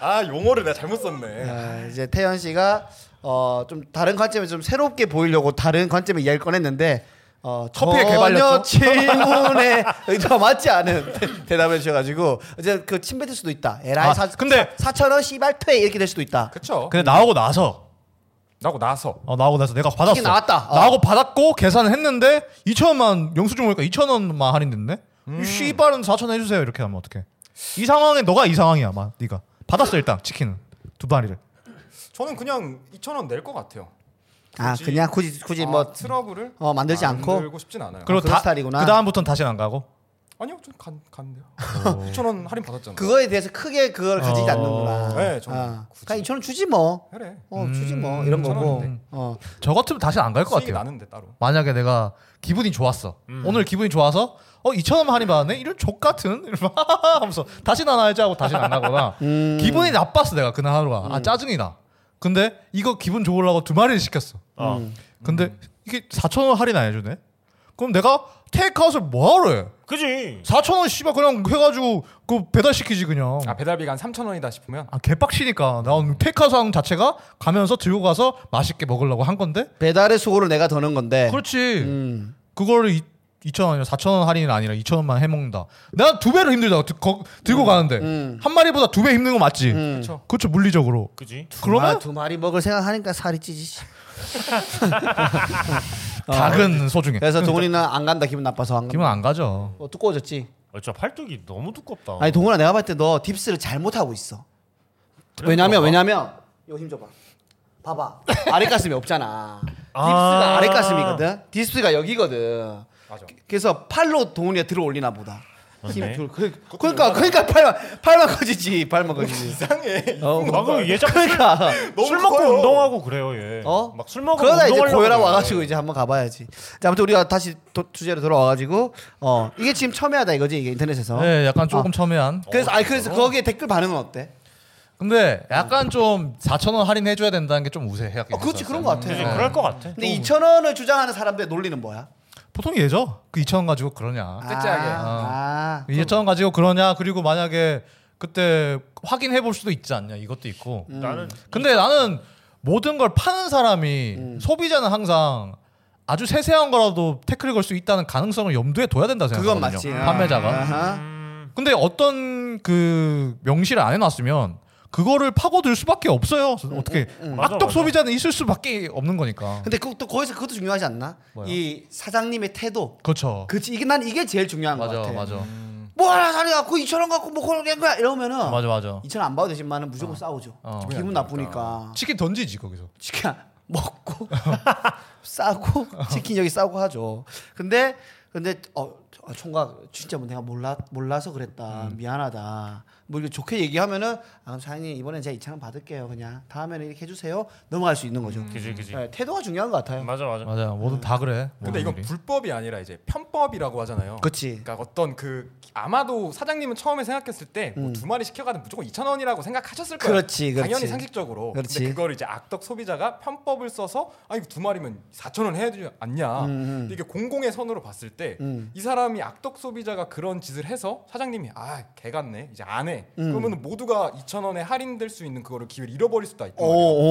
C: 아 용어를 내가 잘못 썼네.
A: 아, 이제 태연 씨가 어, 좀 다른 관점에 좀 새롭게 보이려고 다른 관점의 이야기를 꺼냈는데 어,
D: 커피에
A: 전혀
D: 개발렸죠?
A: 질문에 의도가 맞지 않은 대- 대답을 주셔가지고 이제 그 침뱉을 수도 있다. 에라이
D: 아,
A: 사,
D: 근데-
A: 사천원 씨발퇴 이렇게 될 수도 있다.
C: 그렇죠.
D: 근데 나오고 나서
C: 나고 나서
D: 어, 나오고 나서 내가 받았어.
A: 치킨 나왔다. 어.
D: 나오고 받았고 계산을 했는데 2천 원만 영수증 보니까 2천 원만 할인됐네. 이 씨발은 4천 원 해주세요. 이렇게 하면 어떡해? 이 상황에 너가 이 상황이야, 막 네가 받았어 일단 치킨 두 마리를.
C: 저는 그냥 2천 원 낼 것 같아요.
A: 아
C: 굳이-
A: 그냥 굳이 굳이
C: 아,
A: 뭐
C: 트러블을
A: 어, 만들지 않고?
C: 만들고 싶진 않아요.
A: 그런 스타일이구나.
D: 그 다음부터는 다시는 안 가고.
C: 아니요, 좀간 간대요. 2천 원 할인 받았잖아.
A: 그거에 대해서 크게 그걸 가지지
D: 어.
A: 않는구나.
C: 네, 저는
A: 아,
C: 굳이.
A: 그냥 2천 원 주지 뭐.
C: 그래.
A: 어 주지 뭐 이런
C: 이천
A: 거고.
C: 원인데.
A: 어.
D: 저 같으면 다시 안 갈 것
C: 수익이
D: 같아요.
C: 나는데 따로.
D: 만약에 내가 기분이 좋았어. 오늘 기분이 좋아서 어 2천 원 할인 받았네. 이런 족 같은 이러면서 하면서 다시 나눠야지 하고 다시 안 나거나 기분이 나빴어 내가 그날 하루가 아 짜증이 나. 근데 이거 기분 좋으려고 두 마리를 시켰어.
B: 어.
D: 음. 근데 이게 4천 원 할인 안 해주네. 그럼 내가 테이크아웃을 뭐하러 해?
B: 그지.
D: 4천 원 씨발 그냥 해가지고 그 배달 시키지 그냥.
C: 아 배달비가 한 3천 원이다 싶으면
D: 아 개빡치니까 난 테이크아웃 자체가 가면서 들고 가서 맛있게 먹으려고 한 건데.
A: 배달의 수고를 내가 더는 건데.
D: 그렇지.
A: 네. 음.
D: 그거를 2,000원이나 4,000원 할인이 아니라 2,000원만 해먹는다. 내가 두 배로 힘들잖아. 드- 거- 들고 가는데.
A: 음.
D: 한 마리보다 두 배 힘든 거 맞지?
C: 그렇죠.
D: 그렇죠. 물리적으로.
B: 그지.
A: 아,
D: 그러면
A: 두 마리 먹을 생각하니까 살이 찌지.
D: 닭은 소중해.
A: 아, 네. 그래서 동훈이는 안 간다 기분 나빠서 안 간다.
D: 기분 안 가죠.
A: 어, 두꺼워졌지.
B: 아, 진짜 팔뚝이 너무 두껍다.
A: 아니 동훈아 내가 봤을 때 너 딥스를 잘못 하고 있어.
B: 그래?
A: 왜냐면
B: 봐봐.
A: 왜냐면 이거 힘 줘봐. 봐봐 아래 가슴이 없잖아.
B: 아.
A: 딥스가 아~ 래 가슴이거든. 딥스가 여기거든.
C: 맞아.
A: 그- 그래서 팔로 동훈이가 들어 올리나 보다. 힘
B: 아, 맞네.
A: 줄. 그, 그러니까 그러니까 팔만 팔만 커지지 팔만 커지지.
C: 이상해.
A: 어,
B: 막그 예전
A: 그러니까
C: 너무
B: 술 먹고
C: 커요.
B: 운동하고 그래요 얘.
A: 어?
B: 막술 먹고
A: 그러다 이제
B: 운동하려고
A: 고혈압
B: 그래요.
A: 와가지고 이제 한번 가봐야지. 자, 아무튼 우리가 다시 도, 주제로 돌아와가지고 어 이게 지금 첨예하다 이거지 이게 인터넷에서.
D: 네, 약간 조금
A: 아,
D: 첨예한.
A: 그래서 아니 그래서
D: 어,
A: 거기에 댓글 반응은 어때?
D: 근데 약간 좀 4천 원 할인 해줘야 된다는 게 좀 우세해요.
A: 어, 그렇지 그런 거 같아.
B: 근데
D: 네.
B: 이제 그럴 것 같아.
A: 근데 2천 원을 주장하는 사람들의 논리는 뭐야?
D: 보통 예죠. 그 2천 원 가지고 그러냐.
C: 끝자락에.
D: 어.
A: 아, 아.
D: 2천 원 가지고 그러냐. 그리고 만약에 그때 확인해 볼 수도 있지 않냐. 이것도 있고.
B: 나는
D: 근데 나는 모든 걸 파는 사람이
A: 음.
D: 소비자는 항상 아주 세세한 거라도 태클을 걸 수 있다는 가능성을 염두에 둬야 된다
A: 그건
D: 생각하거든요.
A: 맞지. 어. 아.
D: 판매자가.
A: 아하.
D: 근데 어떤 그 명시를 안 해놨으면 그거를 파고들 수밖에 없어요.
A: 음.
D: 어떻게
B: 맞아,
D: 악덕
B: 맞아.
D: 소비자는 있을 수밖에 없는 거니까.
A: 근데 그또 거기서 그것도 중요하지 않나?
D: 뭐야?
A: 이 사장님의 태도.
D: 그렇죠.
A: 그치 이게 난 이게 제일 중요한 것
D: 맞아,
A: 같아.
D: 맞아,
A: 뭐 하나 사리 갖고 2천 원 갖고 뭐 그런 거야 이러면은
D: 맞아, 맞아.
A: 2천 원안 받아도 되지만은 무조건 싸우죠.
D: 어.
A: 기분 나쁘니까.
D: 치킨 던지지 거기서.
A: 치킨 먹고 싸고 치킨 여기 싸고 하죠. 근데 근데 어 어, 총각 진짜 뭐 내가 몰라 몰라서 그랬다
C: 음.
A: 미안하다 뭐 이렇게 좋게 얘기하면은 아, 사장님 이번엔 제가 2천 원 받을게요 그냥 다음에는 이렇게 해주세요 넘어갈 수 있는 거죠.
C: 음.
B: 그지 그지.
A: 네, 태도가 중요한 것 같아요.
B: 맞아 맞아.
D: 맞아, 모두 다 그래.
C: 근데 이건
D: 모든 일이.
C: 불법이 아니라 이제 편법이라고 하잖아요.
A: 그렇지.
C: 그러니까 어떤 그 아마도 사장님은 처음에 생각했을 때뭐 두 마리 시켜가든 무조건 2천 원이라고 생각하셨을 거예요.
A: 그렇지, 그렇지.
C: 당연히 상식적으로.
A: 그렇지.
C: 근데 그걸 이제 악덕 소비자가 편법을 써서 아 이거 두 마리면 4천 원 해야 되지 않냐. 근데 이게 공공의 선으로 봤을 때 이
A: 음.
C: 사람이 악덕 소비자가 그런 짓을 해서 사장님이 아 개같네 이제 안 해.
A: 음.
C: 그러면 모두가 2천 원에 할인될 수 있는 그거를 기회를 잃어버릴 수도 있단 말이에요. 그렇기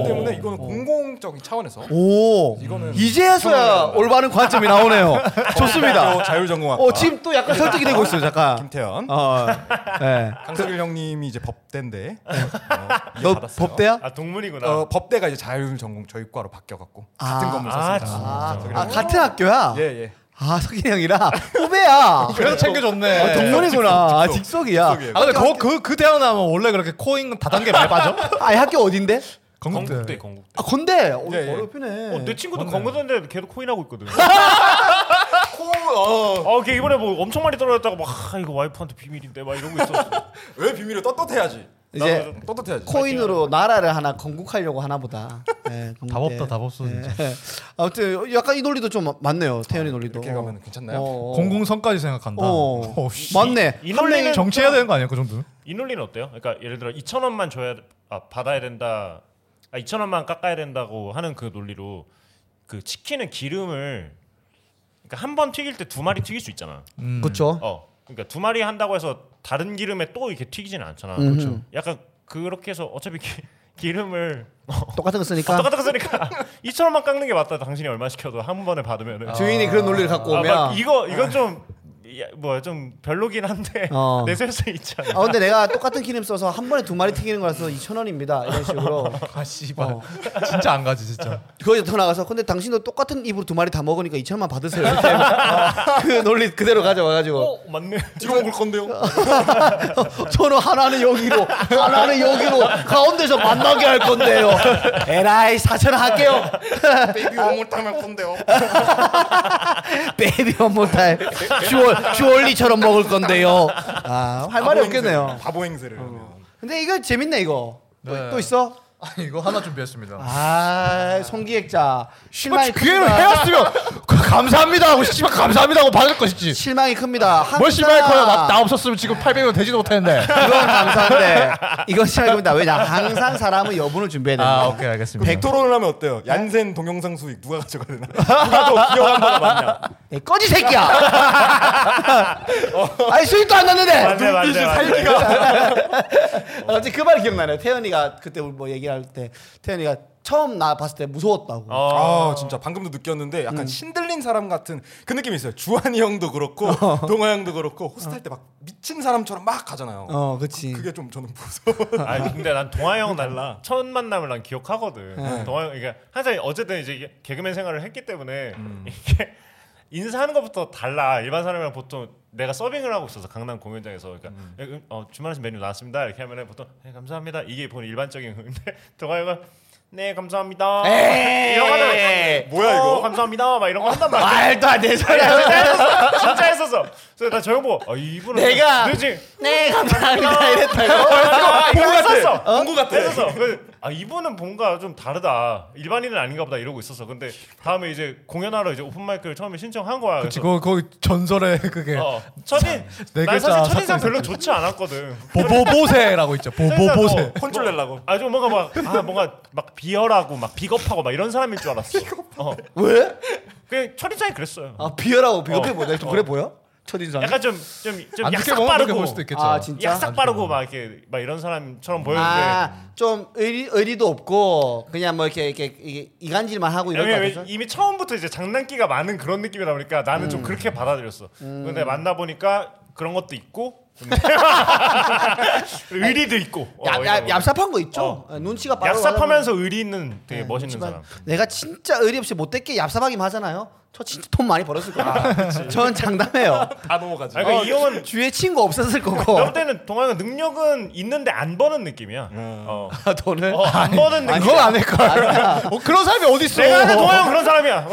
A: 오오오.
C: 때문에 이거는 공공적인 차원에서
A: 오.
C: 이거는
A: 이제서야 올바른 관점이 나오네요. 좋습니다.
C: 자율전공학과
A: 어 지금 또 약간 설득이 되고 있어요. 잠깐.
C: 김태현
A: 어. 네.
C: 강석일 형님이 이제 법대인데
A: 너
C: 네, 받았어요.
A: 법대야?
B: 아 동문이구나.
C: 어, 법대가 이제 자율전공 저희과로 바뀌어갖고 같은
A: 아.
C: 건물
B: 아,
C: 썼습니다.
A: 아,
C: 그래서
A: 아 같은 학교야?
C: 예예.
A: 아 석인 형이랑 후배야.
D: 그래서 챙겨줬네.
A: 아, 동문이구나. 아 직속이야.
C: 직속이에요.
D: 아 근데 그그 그 대학 나면 원래 그렇게 코인 다단계 많이 빠져?
A: 아 학교 어딘데?
B: 건국대 건국대.
A: 아 건대. 어,
C: 예, 예.
A: 어렵네.
B: 어, 내 친구도
D: 맞네.
B: 건국대인데 걔도 코인 하고 있거든.
C: 어,
B: 아, 걔 이번에 뭐 엄청 많이 떨어졌다고 막 아, 이거 와이프한테 비밀인데 막 이러고 있었어.
C: 왜 비밀을 떳떳해야지.
A: 이제
C: 떳떳해야지.
A: 코인으로 나라를 하나 건국하려고 하나 보다. 네, 건국대.
D: 답 없다, 답 없어, 진짜.
A: 네. 아무튼 약간 이 논리도 좀 맞네요. 태연이 논리도.
C: 아, 이렇게 가면 괜찮나요?
A: 어, 어.
D: 공공성까지 생각한다.
A: 어.
D: 어, 씨.
A: 맞네.
B: 이 논리는
D: 정치해야 되는 거 아니야 그 정도?
B: 이 논리는 어때요? 그러니까 예를 들어 2천 원만 줘야 아 받아야 된다. 아 2천 원만 깎아야 된다고 하는 그 논리로 그 치킨은 기름을 그러니까 한 번 튀길 때 두 마리 튀길 수 있잖아.
C: 음.
A: 그렇죠.
B: 어. 그러니까 두 마리 한다고 해서 다른 기름에 또 이렇게 튀기지는 않잖아.
A: 음. 그렇죠.
B: 약간 그렇게 해서 어차피 기, 기름을
A: 똑같은 거 쓰니까.
B: 왔다 갔다 쓰니까 2천 원만 깎는 게 맞다. 당신이 얼마 시켜도 한 번에 받으면은.
A: 주인이 그런 논리를 갖고
B: 아,
A: 오면.
B: 막 이거 이건 좀뭐좀 별로긴 한데
A: 어.
B: 내세울 수 있잖아.
A: 아 근데 내가 똑같은 기름 써서 한 번에 두 마리 튀기는 거라서 2천 원입니다 이런 식으로
D: 아 씨발
A: 어.
D: 진짜 안 가지 진짜.
A: 거기서 더 나가서 근데 당신도 똑같은 입으로 두 마리 다 먹으니까 2천 원만 받으세요 이렇게 하면 그 논리 그대로 가져와가지고
B: 어, 맞네.
C: 뒤로 먹을 건데요.
A: 어. 저는 하나는 여기로 하나는 여기로 가운데서 만나게 할 건데요 에라이 4천 원 할게요
C: 베이비 원물 타면 건데요.
A: 베이비 원모 타임 슈얼 슈얼리처럼 먹을 건데요 아할 말이 없겠네요 어.
C: 바보 행세를.
A: 근데 이거 재밌네 이거 또-
D: 네.
A: 또 있어
D: 아 이거 하나 준비했습니다.
A: 아 송기획자 실망이
D: 뭐 기회를
A: 큽니다.
D: 해왔으면 그 감사합니다 하고 씨발 감사합니다 하고 받을 것이지.
A: 실망이 큽니다.
D: 뭘
A: 한국
D: 씨발
A: 사람.
D: 커요 나, 나 없었으면 지금 800원 되지도 못했는데.
A: 그건 감사한데 이건 실망이 큽니다. 왜냐 항상 사람은 여분을 준비해야 된다.
D: 아 오케이 알겠습니다.
C: 백토론을 하면 어때요? 얀센 동영상 수익 누가 가져가야 되나? 누가 더 기여한 바가 많냐?
A: 야, 예, 꺼지 새끼야. 아니 수익도 안 났는데. 아,
B: 맞네 맞네. 맞네.
A: 그 갑자기 그말 기억나네. 태연이가 그때 우리 뭐 얘기할 때 태연이가 처음 나 봤을 때 무서웠다고.
B: 어.
A: 어.
C: 아 진짜 방금도 느꼈는데
A: 음.
C: 약간 신들린 사람 같은 그 느낌이 있어요. 주한이 형도 그렇고
A: 어.
C: 동아 형도 그렇고 호스트할 때 막 미친 사람처럼 막 가잖아요.
A: 어, 그렇지.
C: 그게 좀 저는 무서워.
B: 아 근데 난 동아 형 달라 첫 만남을 난 기억하거든. 동아 형 그러니까 항상 어쨌든 이제 이게 개그맨 생활을 했기 때문에 이게 인사하는 것부터 달라 일반 사람이랑 보통 내가 서빙을 하고 있어서 강남 공연장에서 그러니까 음, 어, 주말에 메뉴 나왔습니다 이렇게 하면은 보통 네, 감사합니다 이게 보통 일반적인 건데 동아 형은 네 감사합니다 이런 거 하면
C: 뭐야, 이거?
B: 어, 아. 감사합니다 막 이런 거 한단 말이야
A: 말도 안 되는 소리야.
B: 진짜 했었어 진짜 했었어 그래서 나 저형 보고 아, 이분은
A: 내가-
B: 그지
A: 네 감사합니다 이랬다고.
B: 아, 이거 했었어
C: 본것 같아.
B: 그래서 그, 아 이분은 뭔가 좀 다르다 일반인은 아닌가 보다 이러고 있었어 근데 다음에 이제 공연하러 이제 오픈 마이크를 처음에 신청한 거야
D: 그치 그 거기 전설의 그게
B: 그래서, 어, 첫인
D: 네
B: 난
D: 글자
B: 사실 첫인상
D: 사건이
B: 별로 좋지 않았거든
D: 보보보세라고 있죠. 뭐 보보보세.
B: 혼쭐 내려고 아좀 뭔가 막아 뭔가 막 비열하고 막 비겁하고 막 이런 사람일 줄 알았어 어
A: 왜?
B: 그냥 첫인상이 그랬어요
A: 아 비열하고 비겁해
B: 어.
A: 보여. 좀 그래 보여? 첫인상.
B: 약간 좀 좀좀
D: 안 좋게
B: 약삭
D: 보면 그렇게 볼
B: 빠르고
D: 수도 있겠죠.
A: 아 진짜.
B: 약삭 빠르고 막 이렇게 막 이런 사람처럼 보였는데
A: 아좀 의리 의리도 없고 그냥 뭐 이렇게 이렇게 이게 이간질만 하고 이런 거
B: 왜냐면
A: 같아서.
B: 이미 처음부터 이제 장난기가 많은 그런 느낌이다 보니까 나는
A: 음.
B: 좀 그렇게 받아들였어. 근데 만나 보니까 그런 것도 있고 근데 의리도 있고. 어,
A: 얍- 얍-
B: 이런 거.
A: 얍삽한 거 있죠. 예, 눈치가 빠르고
B: 얍삽하면서 의리 있는
A: 네,
B: 되게 멋있는
A: 그렇지만
B: 사람.
A: 내가 진짜 의리 없이 못됐게 얍삽하기만 하잖아요. 저 진짜 돈 많이 벌었을
B: 아,
A: 거야. 전 장담해요.
C: 다 넘어가지.
B: 아니, 그러니까 이 형은
A: 주위에 친구 없었을
B: 내가 볼
A: 거고
B: 때는 동아가 능력은 있는데 안 버는 느낌이야.
A: 음.
B: 어.
A: 돈을
B: 어, 안 버는 느낌.
D: 그건 아닐 걸. 어, 그런 사람이 어디 있어?
B: 내가 아는 동아 형 그런 사람이야.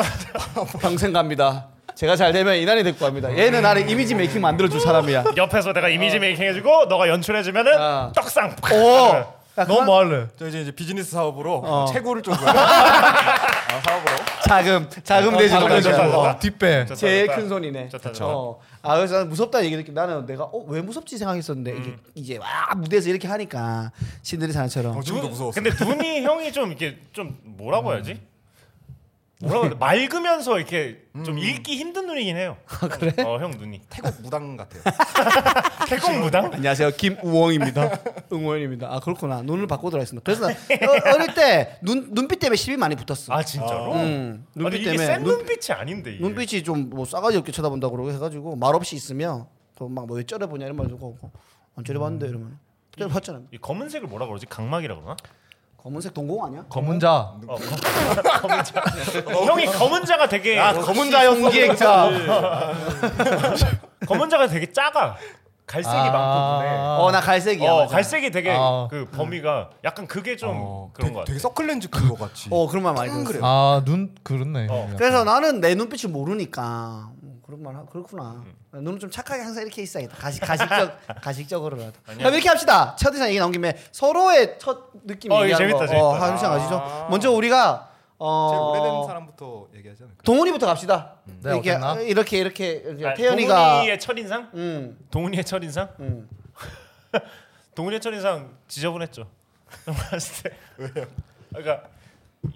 A: 평생 갑니다. 제가 잘 되면 이난이 데리고 갑니다. 얘는 나를 이미지 메이킹 만들어 줄 사람이야.
B: 옆에서 내가 이미지 메이킹 해주고 너가 연출해주면은
A: 어.
B: 떡상.
A: 오. 야,
D: 너
A: 그만-
D: 뭐 할래?
C: 저 이제 이제 비즈니스 사업으로
A: 어.
C: 최고를 좀 아, 사업으로.
A: 자금 자금
B: 어,
A: 대주
B: 자금 대주.
A: 정도야.
B: 좋다.
D: 어, 뒷배.
B: 좋다,
A: 제일
B: 좋다.
A: 큰 손이네.
B: 좋다, 좋다.
A: 어. 아 그래서 나는 무섭다 얘기 느낌. 나는 내가 어, 왜 무섭지 생각했었는데 이게 이제 와 무대에서 이렇게 하니까 신들이 사나처럼.
C: 어, 지금도
B: 눈-
C: 무서웠어.
B: 근데 눈이 형이 좀 이렇게 좀
A: 음.
B: 뭐라고 해야지? 뭐라고 해야 돼? 맑으면서 이렇게
A: 음.
B: 좀 읽기 힘든 눈이긴 해요.
A: 아,
B: 그래? 어 형 눈이
C: 태국 무당 같아요.
B: 태국 무당?
A: 안녕하세요 김우엉입니다. 응원입니다. 아 그렇구나 눈을 바꿔드라 했습니다. 그래서 나 어, 어릴 때 눈 눈빛 때문에 시비 많이 붙었어.
B: 아 진짜로?
A: 음,
B: 아니,
A: 눈빛
B: 이게
A: 때문에
B: 센
A: 눈,
B: 눈빛이 아닌데 이게.
A: 눈빛이 좀 뭐 싸가지 없게 쳐다본다 그러고 해가지고 말 없이 있으면 또막뭐 쩔어보냐 이런 말도 하고 안 쩔어봤는데 이러면 쩔어봤잖아.
B: 이 검은색을 뭐라 그러지? 강막이라 그러나?
A: 검은색 동공 아니야?
D: 검은자.
B: 어, 검, 검은자. 형이 검은자가 되게
A: 어. 아, 검은자였어. 기획자.
B: 검은자가 되게 작아. 갈색이
D: 아.
B: 많고 눈에.
A: 어나 갈색이야.
B: 어
A: 맞아.
B: 갈색이 되게
D: 아.
B: 그 범위가 약간 그게 좀
C: 어,
B: 그런
C: 되게,
B: 거 같아.
C: 되게 서클렌즈 그거 같이.
A: 어 그런 말 많이 들었어.
C: 그래요.
D: 아, 눈 그렇네.
B: 어.
A: 그래서 나는 내 눈빛을 모르니까 음, 그런 말 하- 그렇구나.
B: 음.
A: 눈은 좀 착하게 항상 이렇게 있어야겠다. 가식 가식적 가식적으로라도. 그럼 이렇게 합시다. 첫 인상 얘기 나온 김에 서로의 첫 느낌
B: 어, 이거
A: 얘기하는
B: 재밌다,
A: 거.
B: 재밌다.
A: 어, 항상 아시죠? 먼저 우리가 어
C: 제일 오래된 사람부터 얘기하지 않을까?
A: 동훈이부터 갑시다.
D: 네,
A: 이렇게,
D: 어땠나?
A: 이렇게 이렇게 이렇게
B: 음. 아,
A: 태연이가
B: 동훈이의 첫인상?
A: 음.
B: 동훈이의 첫인상?
A: 음.
B: 동훈이의 첫인상 지저분했죠. 봤을 때 왜요? 그러니까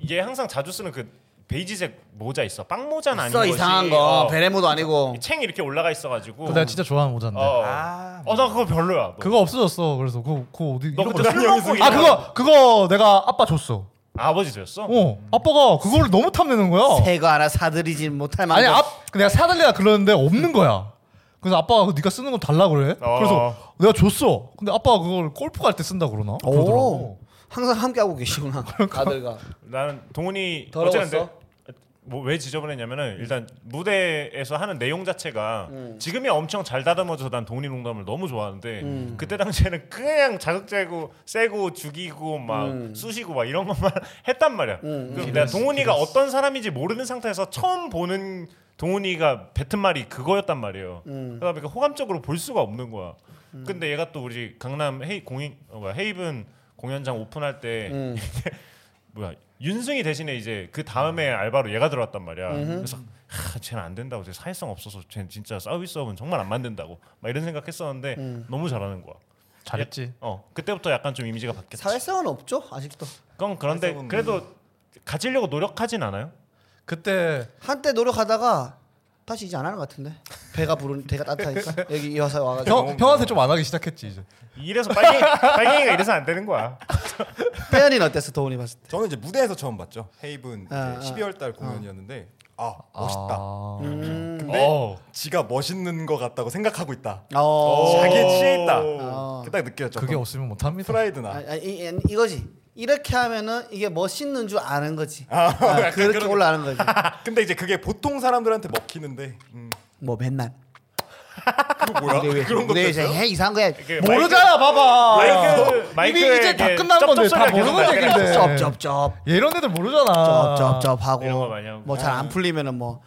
B: 얘 항상 자주 쓰는 그 베이지색 모자 있어. 빵 모자는 아닌
A: 써
B: 거지.
A: 이상한 거
B: 어,
A: 베레모도 아니고
B: 챙 이렇게 올라가 있어가지고.
D: 그거 내가 진짜 좋아하는 모자인데.
B: 어,
C: 아,
B: 어나 그거 별로야. 너.
D: 그거 없어졌어. 그래서 그거, 그거 어디?
B: 너
D: 이거-
B: 그때 술 먹고
D: 아
B: 이래가지고-
D: 그거 그거 내가 아빠 줬어.
B: 아버지 줬어?
D: 어 아빠가 그거를 너무 탐내는
B: 어.
D: 거야.
A: 새거 하나 사들이지 못할 만큼
D: 아니 앞 내가 사달래야 그러는데 없는 거야. 그래서 아빠가 그거 네가 쓰는 거 달라 그래.
B: 어.
D: 그래서 내가 줬어. 근데 아빠가 그걸 골프 갈 때 쓴다 그러나?
B: 어.
A: 오
D: 그러더라고.
A: 항상 함께 하고 계시구나
B: 그러니까.
A: 아들과
B: 나는 동훈이
A: 더러웠어?
B: 뭐왜 지저분했냐면은 일단 무대에서 하는 내용 자체가 지금이 엄청 잘 다듬어져서 난 동훈이 농담을 너무 좋아하는데 그때 당시에는 그냥 자극제고 세고 죽이고 막 쑤시고 막 이런 것만 했단 말이야. 그럼 내가 동훈이가 어떤 사람인지 모르는 상태에서 처음 보는 동훈이가 뱉은 말이 그거였단 말이에요. 그러다 보니까 호감적으로 볼 수가 없는 거야. 근데 얘가 또 우리 강남 헤이 공인 어, 뭐야, 헤이븐 공연장 오픈할 때 뭐야 윤승이 대신에 이제 그 다음에 알바로 얘가 들어왔단 말이야. 그래서 하, 쟤는 안 된다고 쟤 사회성 없어서 쟤는 진짜 서비스업은 정말 안 만든다고 막 이런 생각했었는데
A: 음.
B: 너무 잘하는 거야.
D: 잘했지.
B: 어 그때부터 약간 좀 이미지가 바뀌었지.
A: 사회성은 없죠 아직도
B: 그건 그런데
C: 사회성은-
D: 뭐.
B: 그래도 가지려고 노력하진 않아요.
D: 그때
A: 한때 노력하다가 다시 이제 안 하는 것 같은데 배가 부른 배가 따뜻하니까 여기 이 회사 와가지고
D: 형 형한테 좀 안 하기 시작했지 이제.
B: 이래서 빨갱이, 빨갱이가 이래서 안 되는 거야.
A: 빼연이는 어땠어 도훈이 봤을 때?
C: 저는 이제 무대에서 처음 봤죠. 헤이븐 이제
A: 아, 아.
C: 12월 달 공연이었는데 아 멋있다. 음.
D: 아.
C: 근데 지가 멋있는 것 같다고 생각하고 있다.
A: 어.
C: 자기에 취해 있다.
A: 어.
C: 그딱 느꼈죠.
D: 그게 없으면 못합니다.
C: 프라이드나.
A: 아, 아, 이, 이- 이거지. 이렇게 하면은 이게 멋있는 줄 아는 거지.
C: 아,
A: 아,
C: 약간
A: 그렇게
C: 그런-
A: 올라가는 거지.
C: 근데 이제 그게 보통 사람들한테 먹히는데 음,
A: 뭐 맨날.
C: 그거 뭐야?
A: 무대 위에서-
C: 그런 것도
A: 무대 위에서
C: 있어요?
A: 해 이상한 거야. 뭐
D: 모르잖아 봐봐.
B: 마이크-
D: 이미 이제 다
B: 마이크에게
D: 끝난 건데
B: 쩝쩝 소리가
D: 다 모르는
B: 계속 나게
D: 얘긴데.
A: 쩝쩝쩝.
D: 이런 애들 모르잖아.
A: 쩝쩝쩝
B: 이런 거
A: 하고
B: 많이 하고.
A: 뭐 잘 안
C: 아.
A: 풀리면은 뭐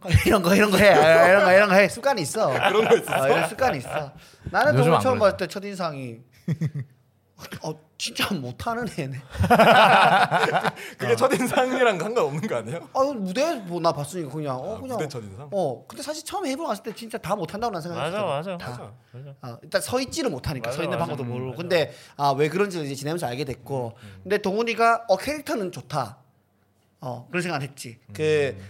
A: 이런 거 이런 거 해. 아, 이런 거 이런 거 해. 습관이 있어.
C: 아,
A: 그런 거 있어. 이런 습관이 있어. 나는
D: 요즘
A: 동물
D: 안
A: 처음 봤을
D: 그러죠.
A: 때 첫인상이 어 진짜 못하는 애네. 아,
C: 그게 첫인상이랑 상관없는 거 아니에요?
A: 아 무대에서 뭐 나 봤으니까 그냥 어
C: 아,
A: 그냥
C: 무대 첫인상?
A: 어 근데 사실 처음 해보러 갔을 때 진짜 다 못한다고 난 생각했어.
B: 맞아 맞아.
A: 다.
B: 맞아. 맞아.
A: 어, 일단 서 있지를 못하니까
B: 맞아,
A: 서 있는
B: 맞아.
A: 방법도
B: 음,
A: 모르고
B: 맞아.
A: 근데 아, 왜 그런지를 이제 지내면서 알게 됐고 근데 동훈이가 어 캐릭터는 좋다 어 그런 생각을 했지 그
B: 음.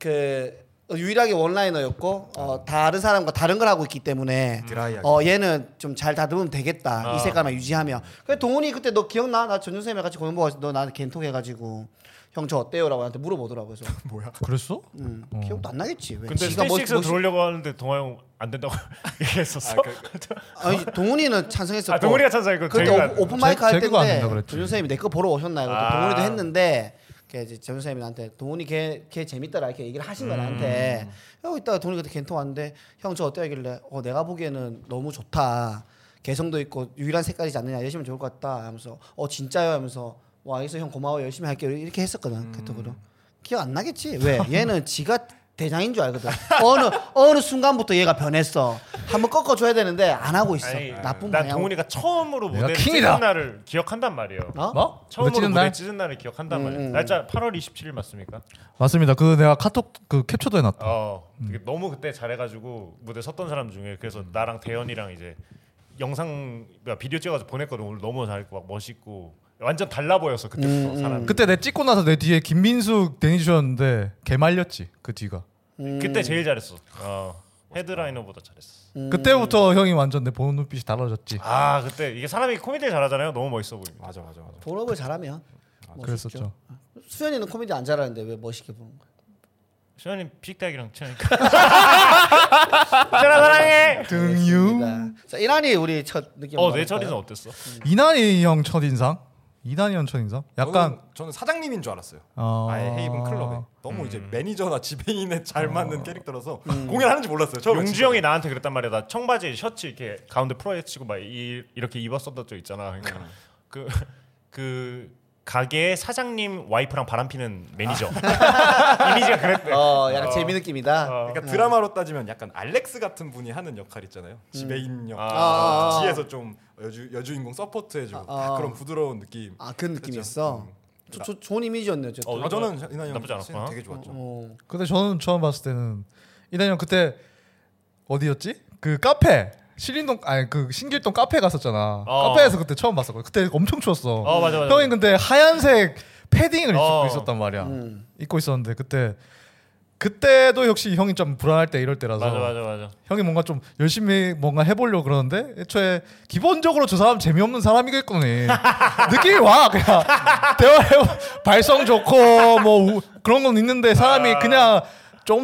A: 그 유일하게 원라이너였고
B: 음.
A: 어, 다른 사람과 다른 걸 하고 있기 때문에
C: 드라이하게.
A: 어 얘는 좀 잘 다듬으면 되겠다
B: 아.
A: 이 색감을 유지하며 그래 동훈이 그때 너 기억나 나 전준 쌤이랑 같이 공연 보고 왔을 때너 나한테 겐톡 해가지고 형 저 어때요라고 나한테 물어보더라고 그래서
C: 뭐야?
D: 그랬어?
A: 음, 기억도 안 나겠지 왜
B: 근데
A: 지가 뭐-
B: 스테이식스
A: 뭐-
B: 들어오려고 하는데 동아 형 안 된다고 얘기했었어.
C: 아, 그-
A: 아니 동훈이는 찬성했었고
B: 아, 동훈이가 찬성했고
A: 그때
B: 저희가
A: 오, 픈 마이크 할
D: 제- 제구가 안
A: 때인데
D: 된다 그랬지.
A: 조준 선생님이 내 거 보러 오셨나요? 그것도
B: 아.
A: 동훈이도 했는데 그 이제 조준 선생님이 나한테 동훈이 걔, 걔 재밌더라 이렇게 얘기를 하신 거야
B: 음.
A: 나한테 어 이따가 동훈이 그때 겐통 왔는데 형 저 어때 하길래 어 내가 보기에는 너무 좋다 개성도 있고 유일한 색깔이지 않느냐 열심히 하면 좋을 것 같다 하면서 어 진짜요 하면서 와 알겠어 형 고마워 열심히 할게 이렇게
B: 음.
A: 했었거든 카톡으로 기억 안 나겠지 왜 얘는 지가 대장인 줄 알거든 어느 어느 순간부터 얘가 변했어 한번 꺾어줘야 되는데 안 하고 있어
B: 아니,
A: 나쁜
B: 난
A: 방향으로
B: 동훈이가 처음으로
D: 내가
B: 무대를
D: 킹이다.
B: 찢은 날을 기억한단 말이에요.
A: 어?
D: 뭐?
B: 처음으로
D: 찢은
B: 무대
D: 날?
B: 찢은 날을 기억한단
A: 음,
B: 말이에요.
A: 음.
B: 날짜 8월 27일 맞습니까?
D: 맞습니다. 그 내가 카톡 그 캡처도 해놨다.
B: 어, 되게
D: 음.
B: 너무 그때 잘해가지고 무대 섰던 사람 중에 그래서 나랑 대현이랑 이제 영상 그러니까 비디오 찍어가지고 보냈거든. 오늘 너무 잘했고 막 멋있고 완전 달라 보였어
A: 음,
B: 그때부터 사람.
D: 그때 내 찍고 나서 내 뒤에 김민수 데니 주셨는데 개 말렸지 그 뒤가.
A: 음.
B: 그때 제일 잘했어. 어, 헤드라이너보다
A: 예.
B: 잘했어.
D: 그때부터 형이 완전 내 보는 눈빛이 달라졌지.
B: 아 그때 이게 사람이 코미디를 잘하잖아요. 너무 멋있어 보입니다.
C: 맞아 맞아 맞아.
A: 본업을 잘하면
D: 아, 그랬었죠.
A: 수현이는 코미디 안 잘하는데 왜 멋있게 보는 거야?
B: 시현님 피식대학이랑 친하니까. 시현아 사랑해.
D: 등유.
A: 자, 자 이란이 우리 첫 느낌.
B: 어내 처리는 어땠어?
D: 이난이 형 첫인상? 이난이 형 첫인상? 약간
C: 저는, 저는 사장님인 줄 알았어요. 음.
D: 어...
C: 아예 헤이븐 클럽에 너무 이제 매니저나 지배인에 잘 맞는 캐릭터라서
A: 음.
C: 공연하는지 몰랐어요. 처음에
B: 용주 형이 나한테 그랬단 말이야. 나 청바지 셔츠 이렇게 가운데 풀어헤치고 막 이, 이렇게 입었었던 적 있잖아. 그러니까
A: 음.
B: 그그 그 가게 사장님 와이프랑 바람피는 매니저
A: 아.
B: 이미지가 그랬대.
A: 어 약간 재미 느낌이다.
C: 그러니까 드라마로 따지면 약간 알렉스 같은 분이 하는 역할 있잖아요. 지배인 역할.
A: 아.
C: 뒤에서 좀 여주, 여주인공 서포트해주고
A: 아, 아.
C: 그런 부드러운 느낌.
A: 아 그 느낌이었어. 저, 저 좋은 이미지였네요. 저.
B: 어,
C: 아, 저는 이난 형
B: 나쁘지 않았구나.
C: 되게 좋았죠.
A: 어.
D: 근데 저는 처음 봤을 때는 이난이 형 그때 어디였지? 그 카페 신림동 아니 그 신길동 카페 갔었잖아.
B: 어.
D: 카페에서 그때 처음 봤었거든. 그때 엄청 추웠어.
B: 어, 맞아, 맞아.
D: 형이 근데 하얀색 패딩을
B: 어.
D: 입고 있었단 말이야.
A: 음.
D: 입고 있었는데 그때 그때도 역시 형이 좀 불안할 때 이럴 때라서
B: 맞아 맞아 맞아.
D: 형이 뭔가 좀 열심히 뭔가 해보려고 그러는데 애초에 기본적으로 저 사람 재미없는 사람이겠거니 느낌이 와 그냥 대화해 발성 좋고 뭐 우- 그런 건 있는데 사람이 그냥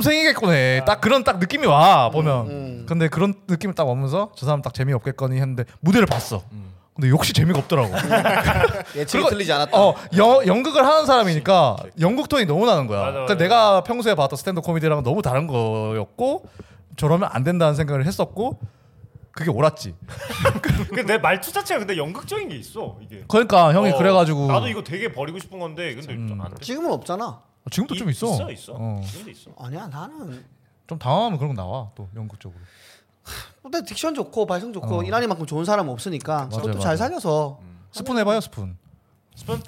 D: 좀생이겠거니 딱 그런 딱 느낌이 와 보면 근데 그런 느낌을 딱 오면서 저 사람 딱 재미없겠거니 했는데 무대를 봤어 근데 역시 재미가 없더라고
A: 예측이 틀리지 않았다.
D: 어, 여- 연극을 하는 사람이니까 연극 톤이 너무 나는 거야.
B: 맞아,
D: 그러니까
B: 맞아.
D: 내가 평소에 봤던 스탠드 코미디랑 너무 다른 거였고 저러면 안 된다는 생각을 했었고 그게 옳았지.
B: 근데 그 내 말투 자체가 근데 연극적인 게 있어 이게.
D: 그러니까 형이
B: 어,
D: 그래가지고 음.
B: 나도 이거 되게 버리고 싶은 건데 근데 안 돼.
A: 지금은 없잖아.
D: 지금도 좀 있어.
B: 있어 있어.
D: 어,
B: 지금도 있어.
A: 아니야 나는.
D: 좀 당황하면 그런 거 나와 또 연극적으로.
A: 근데 딕션 좋고 발성 좋고 이란이만큼 좋은 사람은 없으니까
D: 어. 맞아,
A: 그것도
D: 맞아.
A: 잘 살려서.
D: 스푼 해봐요 스푼.
B: 스펀.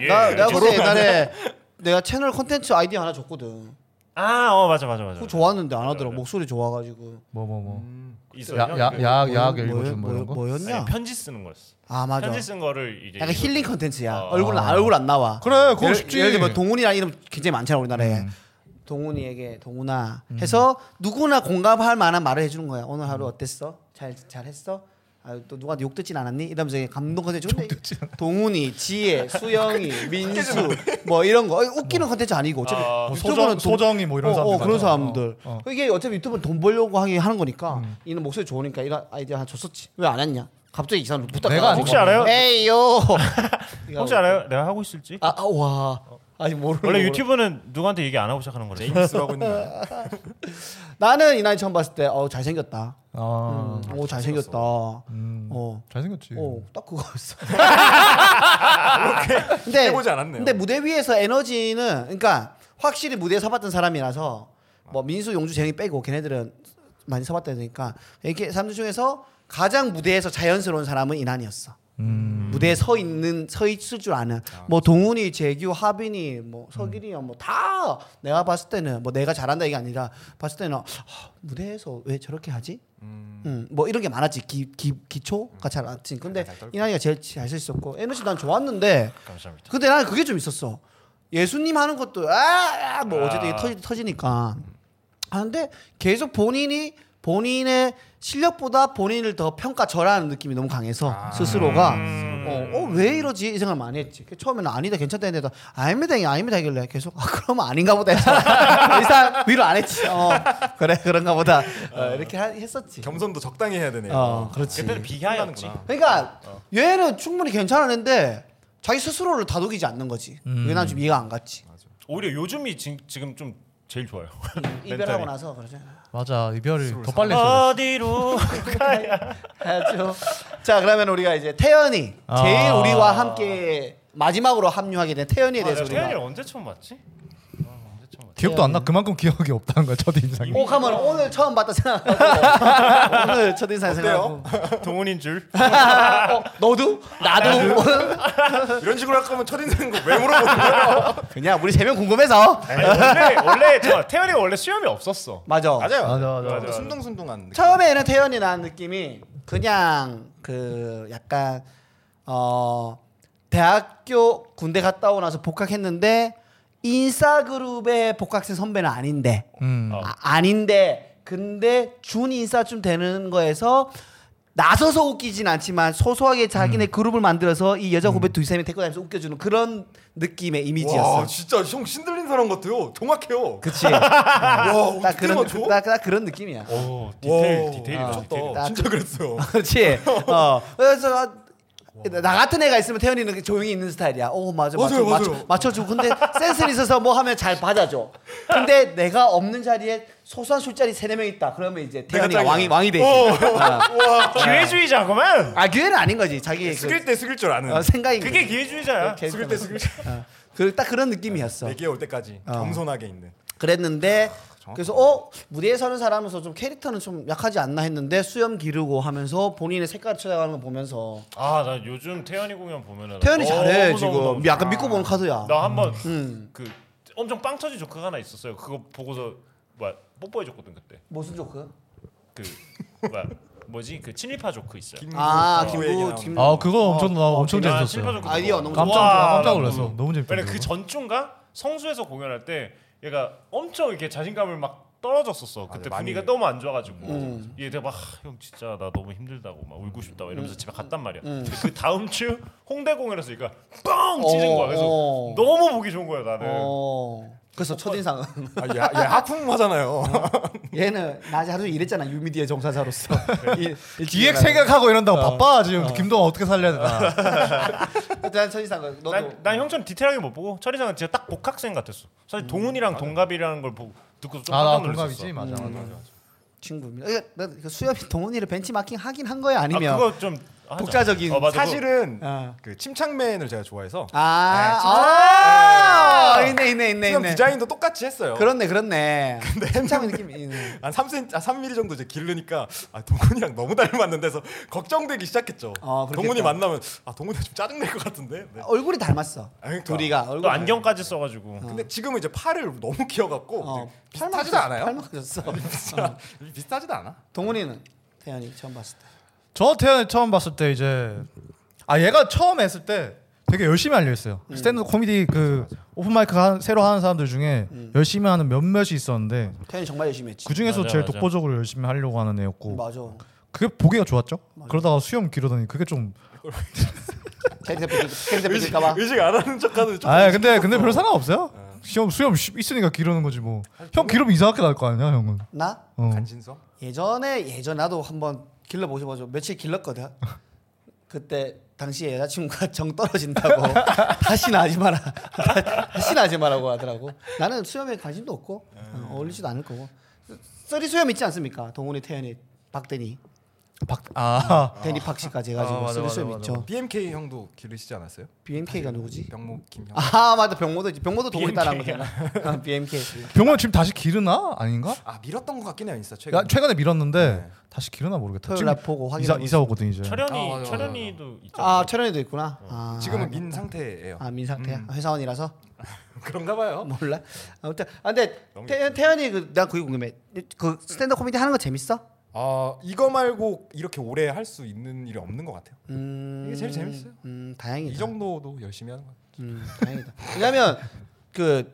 B: 예.
A: 나 내가 그때 옛날에 내가 채널 콘텐츠 아이디어 하나 줬거든.
B: 아어 맞아 맞아 맞아.
A: 그거 좋았는데 안 하더라고
B: 맞아.
A: 목소리 좋아가지고.
D: 뭐 뭐 뭐.
C: 음.
B: 있어.
D: 야, 야, 야, 야학
A: 뭐였-
D: 읽어주는 뭐 이런 거.
A: 뭐였냐?
B: 아니, 네, 편지 쓰는 거였어.
A: 아 맞아.
B: 편지 쓴 거를 이제
A: 약간 힐링 컨텐츠야.
B: 어.
A: 얼굴 안, 얼굴 안 나와.
D: 그래, 그거
A: 예를-
D: 쉽지.
A: 예를 들면 동훈이라는 이름 굉장히 많잖아 우리나라에.
D: 음.
A: 동훈이에게 동훈아 해서 누구나 공감할 만한 말을 해주는 거야. 오늘 하루 어땠어? 잘 잘했어? 아, 또 누가 욕 듣진 않았니? 이러면서 그냥 감동 컨텐츠 근데 동훈이, 지혜, 수영이, 민수 뭐 이런 거 아니, 웃기는 컨텐츠 아니고 어차피
B: 아,
D: 뭐
A: 유튜브는
D: 소정- 소정이 뭐 이런
A: 어, 어,
D: 사람들
A: 그런
D: 많잖아.
A: 사람들
D: 어, 음.
A: 이게 어차피 유튜브는 돈 벌려고 하기 하는 거니까 이는 목소리 좋으니까 이런 아이디어 하나 줬었지 왜 안 했냐? 갑자기 이 사람 부탁
D: 내가 안
B: 혹시 알아요?
A: 에이요
B: 혹시 알아요? 내가 하고 있을지?
A: 아, 아, 와. 아니 모르
B: 원래 유튜브는 누구한테 얘기 안 하고 시작하는 거래.
C: 제임스라고 있는 거예요.
A: 나는 이 나이 처음 봤을 때 어, 잘생겼다.
D: 아,
A: 음, 오, 잘생겼다.
D: 음.
A: 어.
D: 잘생겼지.
A: 어, 딱 그거였어. 근데
C: 해보지 않았네요.
A: 근데 무대 위에서 에너지는 그러니까 확실히 무대에 서봤던 사람이라서 뭐 민수, 용주, 재영이 빼고 걔네들은 많이 서봤다 되니까 이렇게 사람들 중에서 가장 무대에서 자연스러운 사람은 이난이었어.
B: 음.
A: 무대에 서 있는 서 있을 줄 아는 뭐
B: 그렇죠.
A: 동훈이, 재규, 하빈이,
B: 음.
A: 뭐 서길이 형 뭐 다 내가 봤을 때는 뭐 내가 잘한다 이게 아니라 봤을 때는 아, 무대에서 왜 저렇게 하지? 음, 뭐 이런 게 많았지 기, 기,
B: 음.
A: 기초가 잘 안지 근데 이난이가 제일 잘쓸 수 있었고 에너지 난 좋았는데
B: 감사합니다.
A: 근데 나는 그게 좀 있었어 예수님 하는 것도 아뭐 어제도
B: 아.
A: 이게 터지, 터지니까 하는데 계속 본인이 본인의 실력보다 본인을 더 평가절하는 느낌이 너무 강해서 스스로가 어왜 이러지 이 생각 많이 했지 처음에는 아니다 괜찮다 했는데 아닙니다 이게 아닙니다 이길래 계속 아 그러면 아닌가 보다 해서 더 이상 위로 안 했지 어 그래 그런가 보다 어, 이렇게 하- 했었지
C: 겸손도 적당히 해야 되네요.
A: 어 그렇지
B: 그때는 비하였지.
A: 그러니까 얘는 충분히 괜찮았는데 자기 스스로를 다독이지 않는 거지. 이게 난 좀 이해가 안 갔지.
B: 오히려 요즘이 지, 지금 좀 제일 좋아요.
A: 이별하고 나서 그러죠.
D: 맞아 이별이 더
C: 스물살.
D: 빨리 했어.
B: 어디로 가야?
A: 아주. 자 그러면 우리가 이제 태연이
D: 아.
A: 제일 우리와 함께 마지막으로 합류하게 된 태연이에 대해서
B: 아, 태연이
A: 우리가.
B: 언제 처음 봤지? 아, 언제 처음 봤지?
D: 기억도 안
A: 예.
D: 나. 그만큼 기억이 없다는 거야 저도 인상이.
A: 꼭 하면 오늘 처음 봤다 생각하고 오늘 첫인상 생각하고
C: 어때요?
B: 동훈인 줄.
A: 어, 너도 나도
C: 이런 식으로 할 거면 첫인상인 거왜 물어보는 거예요?
A: 그냥 우리 세 명 궁금해서
B: 아니, 원래 원래 저 태연이가 원래 수염이 없었어.
A: 맞아
C: 맞아요.
D: 맞아, 맞아,
B: 맞아.
C: 순둥순둥한 느낌.
A: 처음에는 태연이 나는 느낌이 그냥 그 약간 어 대학교 군대 갔다 오고 나서 복학했는데 인싸 그룹의 복학생 선배는 아닌데
D: 음.
B: 어.
A: 아, 닌데 근데 준 인싸쯤 되는 거에서 나서서 웃기진 않지만 소소하게
C: 음.
A: 자기네 그룹을 만들어서 이 여자 후배 두세 명 데리고 다니면서 웃겨주는 그런 느낌의 이미지였어.
C: 와 진짜 어, 형 신들린 사람 같아요. 정확해요.
A: 그치.
C: 와
A: 딱
C: 어떻게
A: 그런
C: 맞춰?
A: 딱, 딱 그런 느낌이야.
B: 오
C: 와,
B: 디테일 디테일이다.
C: 아,
B: 디테일.
C: 미쳤다. 진짜 그랬어요.
A: 아, 그렇지. 어. 그래서 나- 나 같은 애가 있으면 태연이는 그 조용히 있는 스타일이야. 오 맞아 맞아
C: 맞아요,
A: 맞아
C: 맞아요.
A: 맞춰주고 근데 센스 있어서 뭐 하면 잘 받아줘. 근데 내가 없는 자리에 소소한 술자리 세네 명 있다. 그러면 이제 태연이가
C: 짱이야.
A: 왕이 왕이 되지. 어.
B: 기회주의자구만.
A: 아 기회는 아닌 거지 자기
C: 숙일 때 숙일 줄
A: 그,
C: 아는.
A: 어, 생각인
B: 그게
A: 거지.
B: 기회주의자야.
A: 그렇게
C: 숙일 때 숙일 줄
A: 그딱 그런 느낌이었어.
C: 네, 내기에 올 때까지 겸손하게 있는.
A: 그랬는데 그래서 어 무대에 서는 사람으로서 좀 캐릭터는 좀 약하지 않나 했는데 수염 기르고 하면서 본인의 색깔을 찾아가는 거 보면서
B: 아 나 요즘 태연이 공연 보면은
A: 태연이
B: 너무,
A: 잘해
B: 어, 너무,
A: 지금
B: 너무
A: 약간 믿고 보는 카드야.
B: 나 한번
A: 음.
B: 그 엄청 빵 터진 조크가 하나 있었어요. 그거 보고서 막 뽀뽀해줬거든 그때.
A: 무슨 조크?
B: 그막 뭐지 그 친일파 조크 있어요.
C: 김구
A: 아
C: 어,
A: 김구
C: 얘기
A: 김.
C: 나오는
D: 아 그거 엄청 나 엄청
B: 아,
D: 재밌었어요.
B: 친일파 조크
A: 아이디어
B: 보고.
A: 너무
D: 깜짝
B: 와,
D: 깜짝
B: 나
D: 놀랐어.
B: 너무-
D: 너무 재밌다.
B: 왜냐 그 전주인가 성수에서 공연할 때 얘가 엄청 이렇게 자신감을 막
D: 아,
B: 떨어졌었어. 그때
C: 많이
B: 분위기가
C: 그래.
B: 너무 안 좋아가지고
A: 음.
B: 얘 내가 막형 진짜 나 너무 힘들다고 막 울고 싶다고 이러면서
A: 음.
B: 집에 갔단 말이야. 그 다음 주 홍대 공연에서 얘가 뻥 찢은 거야. 그래서
A: 어.
B: 너무 보기 좋은 거야
C: 네.
B: 나는.
A: 어. 그래서 첫인상은
C: 아, 얘, 얘 하품 하잖아요.
A: 얘는 낮에 하루 일했잖아 유미디어 종사자로서
C: 네.
A: 일- 일주일간.
D: 기획 생각하고 이런다고 바빠 지금 김동아 어떻게 살려야 되나.
A: 일단 첫인상은 너도
B: 난, 난 형처럼 디테일하게 못 보고 철이상은 진짜 딱 복학생 같았어. 사실 동훈이랑 동갑이라는 걸 보고 듣고서 좀
D: 음, 아나
B: 깜짝
D: 동갑이지
B: 놀랐어.
D: 맞아 맞아.
A: 친구입니다. 이거- 나그 수염이 동훈이를 benchmarking 하긴 한 거야 아니면
B: 아, 그거 좀 하자.
A: 독자적인
B: 어, 맞아, 그거-
C: 사실은
A: 아.
C: 그 침착맨을 제가 좋아해서
A: 아, 아, 있네 있네 있네
C: 네, 수염
A: 있네.
C: 디자인도 똑같이 했어요.
A: 그렇네 그렇네. 햄창 느낌이 있네.
C: 한 3cm, 아, 3mm 정도 이제 기르니까 아, 동훈이랑 너무 닮았는데 서 걱정되기 시작했죠.
A: 아, 그렇겠다.
C: 동훈이 만나면 아, 동훈이 좀 짜증낼 것 같은데. 네.
A: 얼굴이 닮았어.
C: 아, 그러니까.
A: 둘이가
B: 또
A: 얼굴
B: 안경까지 써가지고
C: 근데 지금은 이제 팔을 너무 키워갖고
A: 어,
C: 이제 비슷하지도 않아요. 아,
A: 팔막졌어.
C: 비슷하지도 않아.
A: 동훈이는 태연이 처음 봤을 때.
D: 저 태연이 처음 봤을 때 이제 아 얘가 처음 했을 때 되게 열심히 알려 있어요. 스탠드 코미디 그 오픈 마이크 한- 새로 하는 사람들 중에 열심히 하는 몇몇이 있었는데
A: 태연이 정말 열심히 했지.
D: 그 중에서
B: 맞아,
D: 제일
B: 맞아.
D: 독보적으로 열심히 하려고 하는 애였고
A: 맞아.
D: 그게 보기가 좋았죠. 그러다가 수염 길어더니 그게 좀.
A: 캐릭터 뺏길- 캐릭터 뺏길까봐.
C: 의식 안 하는 척하는 좀.
D: 아 근데 근데 별로 상관없어요. 수염 수염 있으니까 기르는 네. 거지 뭐. 형 기르면 이상하게 날 거 아니야 형은.
A: 나
D: 어.
C: 간신성.
A: 예전에 예전 나도 한번 길러 보셔봐줘. 며칠 길렀거든. 그때 당시 여자친구가 정 떨어진다고 다시는 하지 마라. 다- 다시는 하지 마라고 하더라고. 나는 수염에 관심도 없고
D: 음.
A: 어, 어울리지도 않을 거고. 쓰- 쓰리 수염 있지 않습니까? 동훈이 태연이 박대니
D: 박 아.
A: 대니 박씨까지 해가지고
D: 아, 맞아,
A: 쓰리
D: 맞아,
A: 수염
D: 맞아.
A: 있죠.
C: BMK 형도 기르시지 않았어요?
A: BMK가 누구지?
C: 병모 김형.
A: 아 맞다 병모도 있지. 병모도 동훈이
B: BMK 야.
A: 따라한 거잖아. 아, BMK.
D: 병원 지금 다시 기르나 아닌가?
C: 아 밀었던 것 같긴 해요 인스타 최근.
D: 야, 아, 최근에 밀었는데
C: 네.
D: 다시 기르나 모르겠다.
A: 토요일
D: 지금
A: 날 보고 확인해
D: 이사
A: 보겠습니다.
D: 이사 오거든 이제.
C: 아,
B: 철현이
C: 맞아, 맞아,
B: 철현이도 있죠.
A: 아 철현이도 있구나.
D: 어.
A: 아,
C: 지금은 민 상태예요.
A: 아민 음. 상태야.
C: 음.
A: 회사원이라서.
C: 그런가 봐요.
A: 몰라. 아무튼 아 근데
B: 너무
A: 태연 태연이 그난 그게 궁금해. 그 스탠드 코미디 하는 거 재밌어?
C: 아 이거 말고 이렇게 오래 할 수 있는 일이 없는 것 같아요.
A: 음,
C: 이게 제일 재밌어요.
A: 음
C: 이
A: 다행이다.
C: 정도도 열심히 하는 것 같아요.
A: 음 다행이다. 왜냐면 그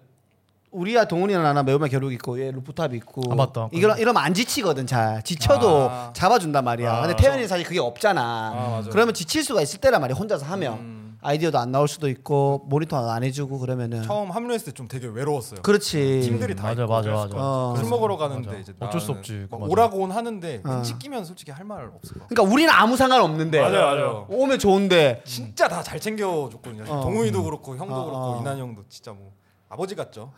A: 우리야 동훈이나 나나 매우만 겨루기 있고 얘 루프탑 있고
D: 아, 맞다.
A: 이런 이러면 안 지치거든 잘 지쳐도
C: 아.
A: 잡아준단 말이야
B: 아,
A: 근데 태연이는 사실 그게 없잖아
C: 아, 맞아요.
A: 그러면 지칠 수가 있을 때란 말이야 혼자서 하면
C: 음.
A: 아이디어도 안 나올 수도 있고 모니터 안 해주고 그러면은
C: 처음 합류했을 때 좀 되게 외로웠어요.
A: 네. 그렇지
C: 팀들이 다
D: 맞아,
C: 있고
D: 맞아,
C: 그랬을
D: 맞아.
C: 것 같아요.
A: 어.
C: 술 먹으러 가는데
D: 맞아.
C: 이제
D: 어쩔 수
C: 나는
D: 없지,
C: 막
D: 맞아.
C: 오라고는 하는데
A: 어.
C: 왠지 끼면 솔직히 할 말 없을 것 같아요.
A: 그러니까 우리는 아무 상관 없는데
B: 맞아요,
C: 맞아요.
A: 오면 좋은데
C: 진짜 다 잘 챙겨줬거든요.
A: 음. 어.
C: 동훈이도 그렇고 형도
A: 어,
C: 그렇고
A: 어.
C: 이난 형도 진짜 뭐 아버지 같죠.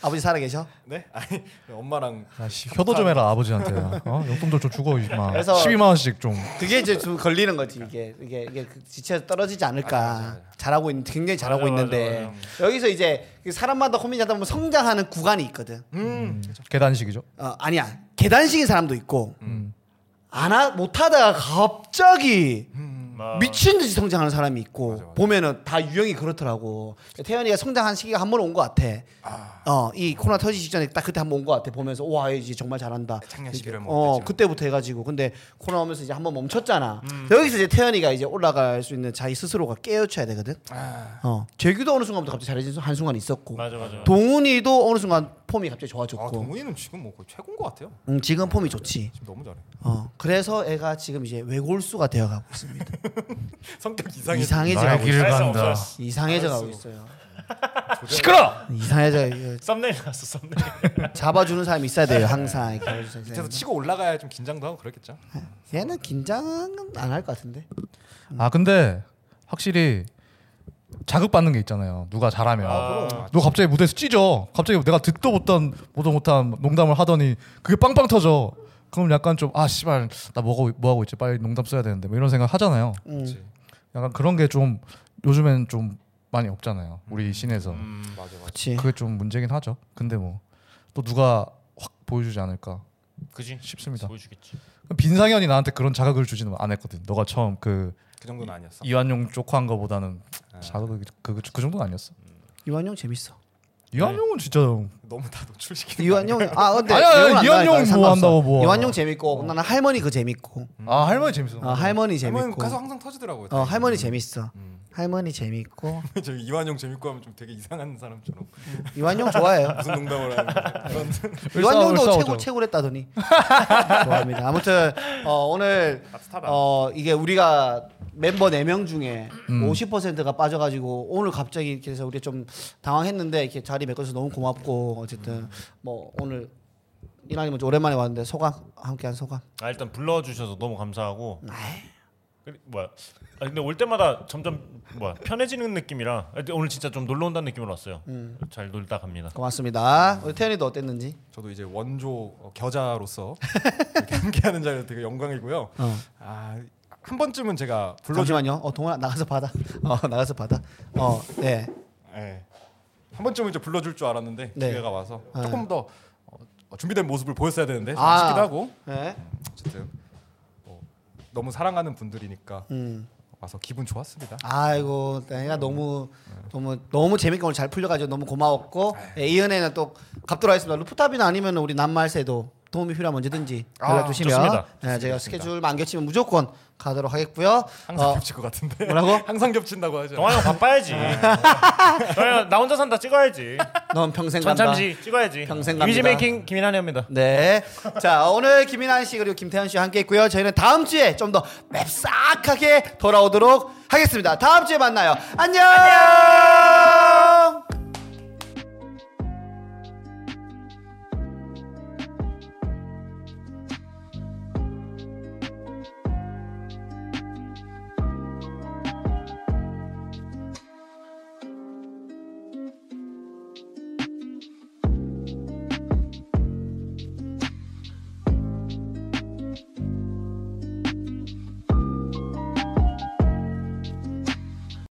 A: 아버지 살아계셔?
C: 네? 아니 엄마랑
D: 아씨 효도 좀 해라 아버지한테. 어? 용돈들 좀 주고 임마.
A: 그래서-
D: 12만 원씩 좀.
A: 그게 이제 좀 걸리는 거지 이게 이게 이게 그 지쳐서 떨어지지 않을까
C: 맞아, 맞아, 맞아.
A: 잘하고 있는 굉장히 잘하고
B: 맞아,
A: 있는데
B: 맞아,
A: 여기서 이제 그 사람마다 고민이 하다 보면 성장하는 구간이 있거든
C: 음.
D: 계단식이죠.
A: 어, 아니야 계단식인 사람도 있고
C: 음.
A: 안 하, 못하다가 갑자기
B: 막
A: 미친 듯이 성장하는 사람이 있고
C: 음, 아. 맞아, 맞아.
A: 보면은 다 유형이 그렇더라고 태연이가 성장한 시기가 한 번 온 것 같아 어 이 코로나 터지기 전에 딱 그때 한 번 온 것 같아 보면서 와 이제 정말 잘한다
C: 작년 11월 뭐
A: 어
C: 먹었죠.
A: 그때부터 해가지고 근데 코로나 오면서 이제 한 번 멈췄잖아
C: 음.
A: 여기서 이제 태연이가 이제 올라갈 수 있는 자기 스스로가 깨우쳐야 되거든
C: 아.
A: 어 제규도 어느 순간부터 갑자기 잘해진 한 순간 있었고
B: 맞아 맞아.
A: 동훈이도 어느 순간 폼이 갑자기 좋아졌고
C: 아 동훈이는 지금 뭐 거의 최고인 것 같아요.
A: 음, 지금 폼이 좋지
C: 지금 너무 잘해.
A: 어 그래서 애가 지금 이제 외골수가 되어가고 있습니다
B: 네.
C: 성격 이상해.
A: 이상해져
D: 나의
A: 가고 있어
D: 길을
B: 할 수
D: 간다.
B: 없어.
A: 이상해져 가고 있어요
D: 시끄러.
A: 이상해져
B: 썸네일 나왔어 썸네일.
A: 잡아주는 사람이 있어야 돼요 항상 이렇게 잡아주는
C: 밑에서
A: 사람이.
C: 치고 올라가야 좀 긴장도 하고 그랬겠죠.
A: 얘는 긴장은 안 할 것 같은데
D: 아 근데 확실히 자극받는 게 있잖아요. 누가 잘하면.
B: 아,
D: 너 갑자기 무대에서 찢어. 갑자기 내가 듣도 못한 보도 못한 농담을 하더니 그게 빵빵 터져. 그럼 약간 좀 아 씨발 나 뭐하고 뭐 하고 있지 빨리 농담 써야 되는데 뭐 이런 생각 하잖아요.
C: 그렇지.
D: 약간 그런 게 좀 요즘엔 좀 많이 없잖아요. 우리 씬에서
B: 음,
C: 맞아 맞아.
A: 그렇지
D: 그게 좀 문제긴 하죠. 근데 뭐 또 누가 확 보여주지 않을까
B: 그지.
D: 싶습니다.
B: 보여주겠지.
D: 빈상현이 나한테 그런 자극을 주지는 않았거든 너가 처음 그
C: 그 정도는 아니었어.
D: 이완용 쪽한 거보다는
B: 아.
D: 자극 그그 그 정도는 아니었어.
B: 음.
A: 이완용 재밌어
D: 이완용은 진짜
C: 너무 다 노출시키는. 거
A: 이완용 아 근데
D: 아니, 아니,
A: 이건 안
D: 이완용
A: 나와요.
D: 뭐
A: 상관없어.
D: 한다고 뭐.
A: 이완용 재밌고 나는 할머니 그 재밌고
D: 아 할머니 재밌어.
A: 어, 할머니
C: 아니야. 할머니
A: 재밌고
C: 가서 항상 터지더라고요.
A: 어 할머니 재밌어
C: 음.
A: 할머니 재밌고
C: 저 이완용 재밌고 하면 좀 되게 이상한 사람처럼
A: 이완용 좋아해요
C: 무슨 농담을 하는 거야. 그런
A: 이완용도
D: 싸우죠.
A: 최고 최고랬다더니 좋아합니다 아무튼 어, 오늘
C: 아,
B: 따뜻하다.
A: 어 이게 우리가 멤버 4명 중에
D: 음.
A: 50%가 빠져가지고 오늘 갑자기 이렇게 해서 우리 좀 당황했는데 이렇게 자리 메꿔서 너무 고맙고 어쨌든 뭐 오늘 이나님 먼저 오랜만에 왔는데 소감 함께한 소감
B: 아, 일단 불러주셔서 너무 감사하고.
D: 아.
B: 그리- 뭐야? 아, 근데 올 때마다 점점 뭐야 편해지는 느낌이라 하여튼 오늘 진짜 좀 놀러 온다는 느낌으로 왔어요.
A: 음.
B: 잘 놀다 갑니다.
A: 고맙습니다 우리 태연이도 어땠는지
C: 저도 이제 원조 어, 겨자로서 이렇게 함께하는 자리는 되게 영광이고요.
A: 어.
C: 아, 한 번쯤은 제가 불러
A: 잠시만요 어 동원아 나가서 받아 어 나가서 받아 어네
C: 예. 한 번쯤은 이제 불러줄 줄 알았는데
A: 네.
C: 기회가 와서
A: 네.
C: 조금 더 어, 준비된 모습을 보였어야 되는데 좀
A: 아.
C: 아쉽기도 하고
A: 네.
C: 어쨌든 뭐, 너무 사랑하는 분들이니까
A: 음.
C: 와서 기분 좋았습니다.
A: 아이고 내가 너무 너무 너무 재밌게 오늘 잘 풀려가지고 너무 고마웠고 예, 이은혜는 또 갚도록 하겠습니다 루프탑이나 아니면 우리 남말세도 도움이 필요하면 언제든지
B: 아,
A: 연락 주시면
B: 좋습니다.
A: 네, 제가 스케줄 만겹치면 무조건 가도록 하겠고요.
C: 항상
A: 어,
C: 겹칠 것 같은데.
A: 뭐라고?
C: 항상 겹친다고 하죠.
B: 동아 형 바빠야지. 동아 형나 혼자 산다 찍어야지.
A: 넌 평생 간다.
B: 전참지 찍어야지.
A: 평생 갑니다.
B: 이미지 메이킹 김인환입니다.
A: 네. 자, 오늘 김인환 씨 그리고 김태현 씨와 함께 했고요. 저희는 다음 주에 좀 더 맵싹하게 돌아오도록 하겠습니다. 다음 주에 만나요. 안녕!